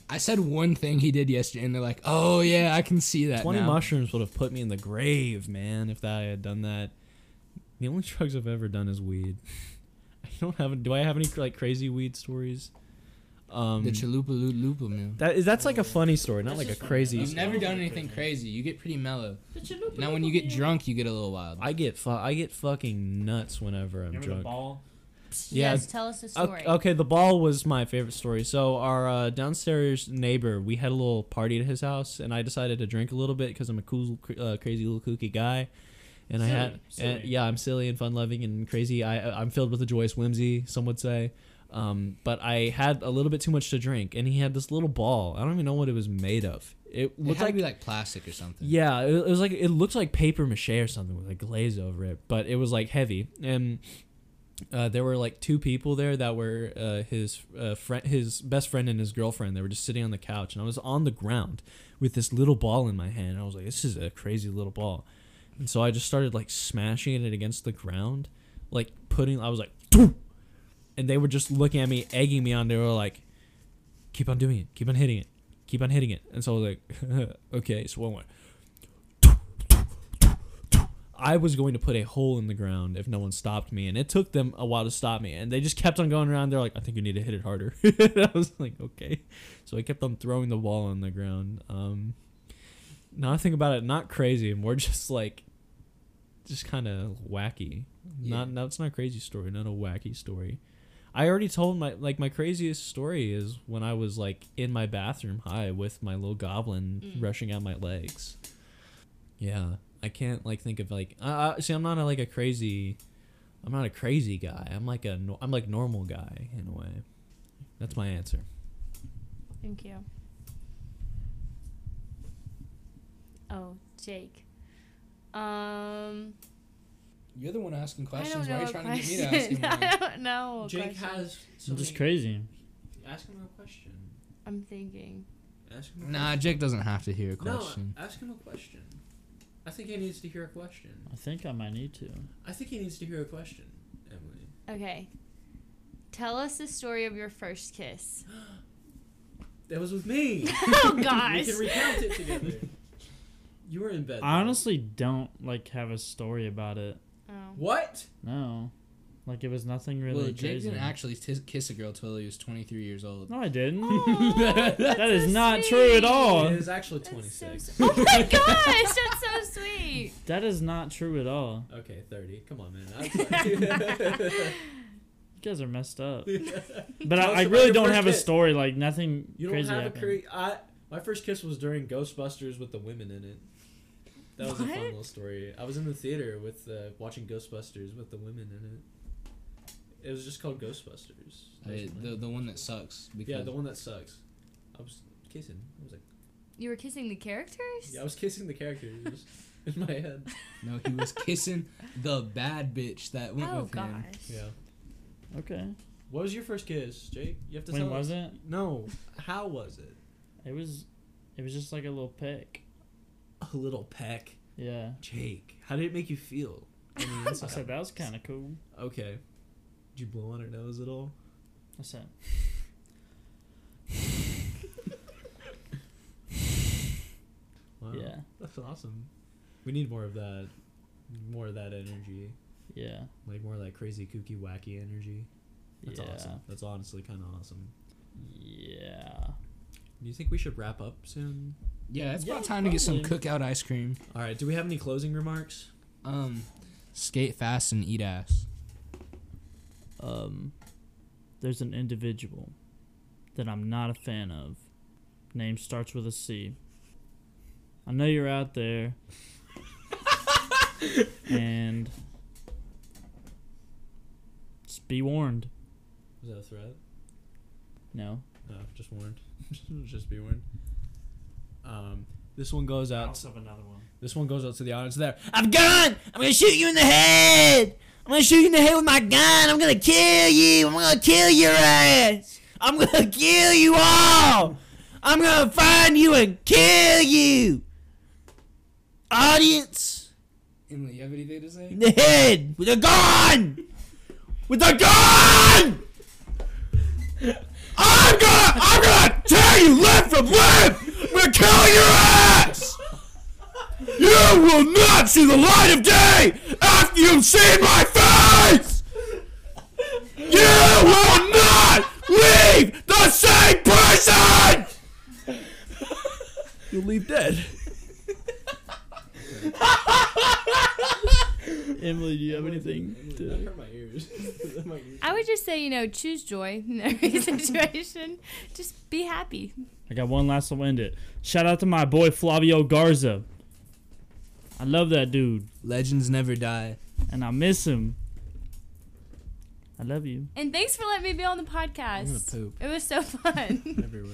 Speaker 4: I said one thing he did yesterday, and they're like, "Oh yeah, I can see that."
Speaker 5: 20
Speaker 4: now."
Speaker 5: mushrooms would have put me in the grave, man, if I had done that. The only drugs I've ever done is weed. I don't have do I have any like crazy weed stories? Um
Speaker 4: The chalupa lupa meal.
Speaker 5: that is that's like a funny story, not
Speaker 3: That's
Speaker 5: like a
Speaker 3: just funny.
Speaker 5: crazy
Speaker 3: That's
Speaker 4: You've
Speaker 5: story.
Speaker 4: never
Speaker 3: not
Speaker 4: done
Speaker 3: really
Speaker 4: anything
Speaker 3: crazy.
Speaker 4: crazy. You get pretty mellow.
Speaker 3: Chalupa
Speaker 4: Now, when you
Speaker 3: Lupa
Speaker 4: get
Speaker 3: Meal.
Speaker 4: drunk, you get a little wild.
Speaker 5: I get fu- I get fucking nuts whenever I'm
Speaker 3: remember the
Speaker 5: drunk.
Speaker 3: ball?
Speaker 5: Yeah.
Speaker 2: Yes, tell us a story.
Speaker 5: Okay, okay, the ball was my favorite story. So our uh, downstairs neighbor, we had a little party at his house, and I decided to drink a little bit because I'm a cool, cr- uh, crazy little kooky guy. And I had,
Speaker 3: Silly,
Speaker 5: and-
Speaker 3: silly.
Speaker 5: yeah, I'm silly and fun-loving and crazy. I uh, I'm filled with a joyous whimsy, some would say. Um, but I had a little bit too much to drink, and he had this little ball. I don't even know what it was made of. It
Speaker 4: It
Speaker 5: looked
Speaker 4: had to
Speaker 5: like
Speaker 4: be like plastic or something.
Speaker 5: yeah, it, it was like it looked like paper mache or something with a glaze over it, but it was like heavy. And uh, there were like two people there that were uh, his uh, friend, his best friend and his girlfriend. They were just sitting on the couch, and I was on the ground with this little ball in my hand. And I was like, "This is a crazy little ball," and so I just started like smashing it against the ground, like putting. I was like, "Doo!" and they were just looking at me, egging me on. They were like, "Keep on doing it. Keep on hitting it. Keep on hitting it." And so I was like, "Okay." So one more. I was going to put a hole in the ground if no one stopped me, and it took them a while to stop me. And they just kept on going around. They're like, "I think you need to hit it harder." I was like, "Okay." So I kept on throwing the ball on the ground. Um, now I think about it, not crazy, more just like, just kind of wacky. Not, no, it's not a crazy story, not a wacky story. I already told my like my craziest story is when I was like in my bathroom high with my little goblin rushing out my legs. Yeah, I can't like think of like uh, see I'm not a, like a crazy I'm not a crazy guy. I'm like a no- I'm like normal guy in a way. That's my answer.
Speaker 2: Thank you. Oh, Jake. Um,
Speaker 4: You're the one asking
Speaker 2: I don't
Speaker 4: questions.
Speaker 2: know
Speaker 4: Why are you
Speaker 2: a
Speaker 4: trying
Speaker 2: question.
Speaker 4: to get me to ask him?
Speaker 2: I don't know. a question.
Speaker 3: It's just crazy.
Speaker 5: ask him a question.
Speaker 2: I'm thinking.
Speaker 5: Ask
Speaker 4: one? nah, Jake doesn't have to hear a question.
Speaker 5: ask him a question. I think he needs to hear a question.
Speaker 3: I think I might need to.
Speaker 5: I think he needs to hear a question, Emily.
Speaker 2: Okay. Tell us the story of your first kiss.
Speaker 3: Oh,
Speaker 5: That was with me.
Speaker 2: oh gosh.
Speaker 5: recount it together. You were in bed.
Speaker 3: I honestly don't like have a story about it.
Speaker 2: Oh.
Speaker 5: What?
Speaker 3: No, like it was nothing really
Speaker 4: well, Jake
Speaker 3: crazy.
Speaker 4: didn't actually tis- kiss a girl till he was 23 years old.
Speaker 3: no, I didn't.
Speaker 2: Aw,
Speaker 3: that
Speaker 2: that's
Speaker 3: is
Speaker 2: so
Speaker 3: not true at
Speaker 2: sweet.
Speaker 4: Oh.
Speaker 3: all.
Speaker 5: It is actually
Speaker 2: That's so
Speaker 5: 26.
Speaker 2: sweet. oh my gosh, that's so sweet.
Speaker 3: That is not true at all.
Speaker 5: Okay, 30. Come on, man. I'm sorry.
Speaker 3: You guys are messed up.
Speaker 5: you
Speaker 3: But
Speaker 5: Tell us
Speaker 3: I, I
Speaker 5: about
Speaker 3: really
Speaker 5: your
Speaker 3: don't
Speaker 5: first
Speaker 3: have a
Speaker 5: kiss.
Speaker 3: story. Like nothing
Speaker 5: don't
Speaker 3: crazy
Speaker 5: have
Speaker 3: happened.
Speaker 5: a cra- I My first kiss was during Ghostbusters with the women in it. That was a
Speaker 2: What?
Speaker 5: fun little story. I was in the theater with uh, watching Ghostbusters with the women in it. It was just called Ghostbusters. That was
Speaker 4: I-
Speaker 5: my-
Speaker 4: the, the one that sucks. Because
Speaker 5: yeah, the one that sucks. I was kissing. I was like,
Speaker 2: You were kissing the characters?
Speaker 5: yeah, I was kissing the characters in my head.
Speaker 4: No, he was kissing the bad bitch that went
Speaker 2: oh
Speaker 4: with
Speaker 2: gosh.
Speaker 4: him.
Speaker 5: Yeah.
Speaker 3: Okay.
Speaker 5: What was your first kiss, Jake? You have to
Speaker 3: When
Speaker 5: tell
Speaker 3: was
Speaker 5: us.
Speaker 3: it?
Speaker 5: No. How was it?
Speaker 3: It was, it was just like a little pick.
Speaker 5: A little peck.
Speaker 3: Yeah.
Speaker 5: Jake, how did it make you feel? on the
Speaker 3: I
Speaker 5: inside?
Speaker 3: said that was kind of cool.
Speaker 5: Okay. Did you blow on her nose at all?
Speaker 3: I said.
Speaker 5: Wow.
Speaker 3: Yeah.
Speaker 5: That's awesome. We need more of that. More of that energy.
Speaker 3: Yeah.
Speaker 5: Like more of that crazy, kooky, wacky energy. That's
Speaker 3: yeah.
Speaker 5: awesome. That's honestly kind of awesome.
Speaker 3: Yeah.
Speaker 5: Do you think we should wrap up soon?
Speaker 4: Yeah, it's
Speaker 3: Yeah,
Speaker 4: about time to get some
Speaker 3: probably.
Speaker 4: cookout ice cream.
Speaker 5: All right. Do we have any closing remarks?
Speaker 4: Um, skate fast and eat ass.
Speaker 3: um, there's an individual that I'm not a fan of. Name starts with a C. I know you're out there. and just be warned.
Speaker 5: Is that a threat?
Speaker 3: No.
Speaker 5: No, just warned. just be warned. Um, this one goes out.
Speaker 3: up another one.
Speaker 5: This one goes out to the audience there.
Speaker 1: I've gun! I'm gonna shoot you in the head! I'm gonna shoot you in the head with my gun! I'm gonna kill you! I'm gonna kill your ass! I'm gonna kill you all! I'm gonna find you and kill you! Audience,
Speaker 4: Emily, you have anything to say?
Speaker 1: in the head! With a gun! With a gun! I'm gonna, I'm gonna tear you left from left! I'm gonna kill your ass! You will not see the light of day after you've seen my face! You will not leave the same person! You'll leave dead.
Speaker 3: Emily, do you have anything? To...
Speaker 4: hurt my ears. my ears.
Speaker 2: I would just say, you know, choose joy in every situation. just be happy.
Speaker 3: I got one last one to end it. Shout out to my boy Flavio Garza. I love that dude,
Speaker 4: Legends never die.
Speaker 3: and I miss him. I love you.
Speaker 2: And thanks for letting me be on the
Speaker 4: I'm gonna
Speaker 2: podcast.
Speaker 4: poop
Speaker 2: It was so fun.
Speaker 4: everywhere.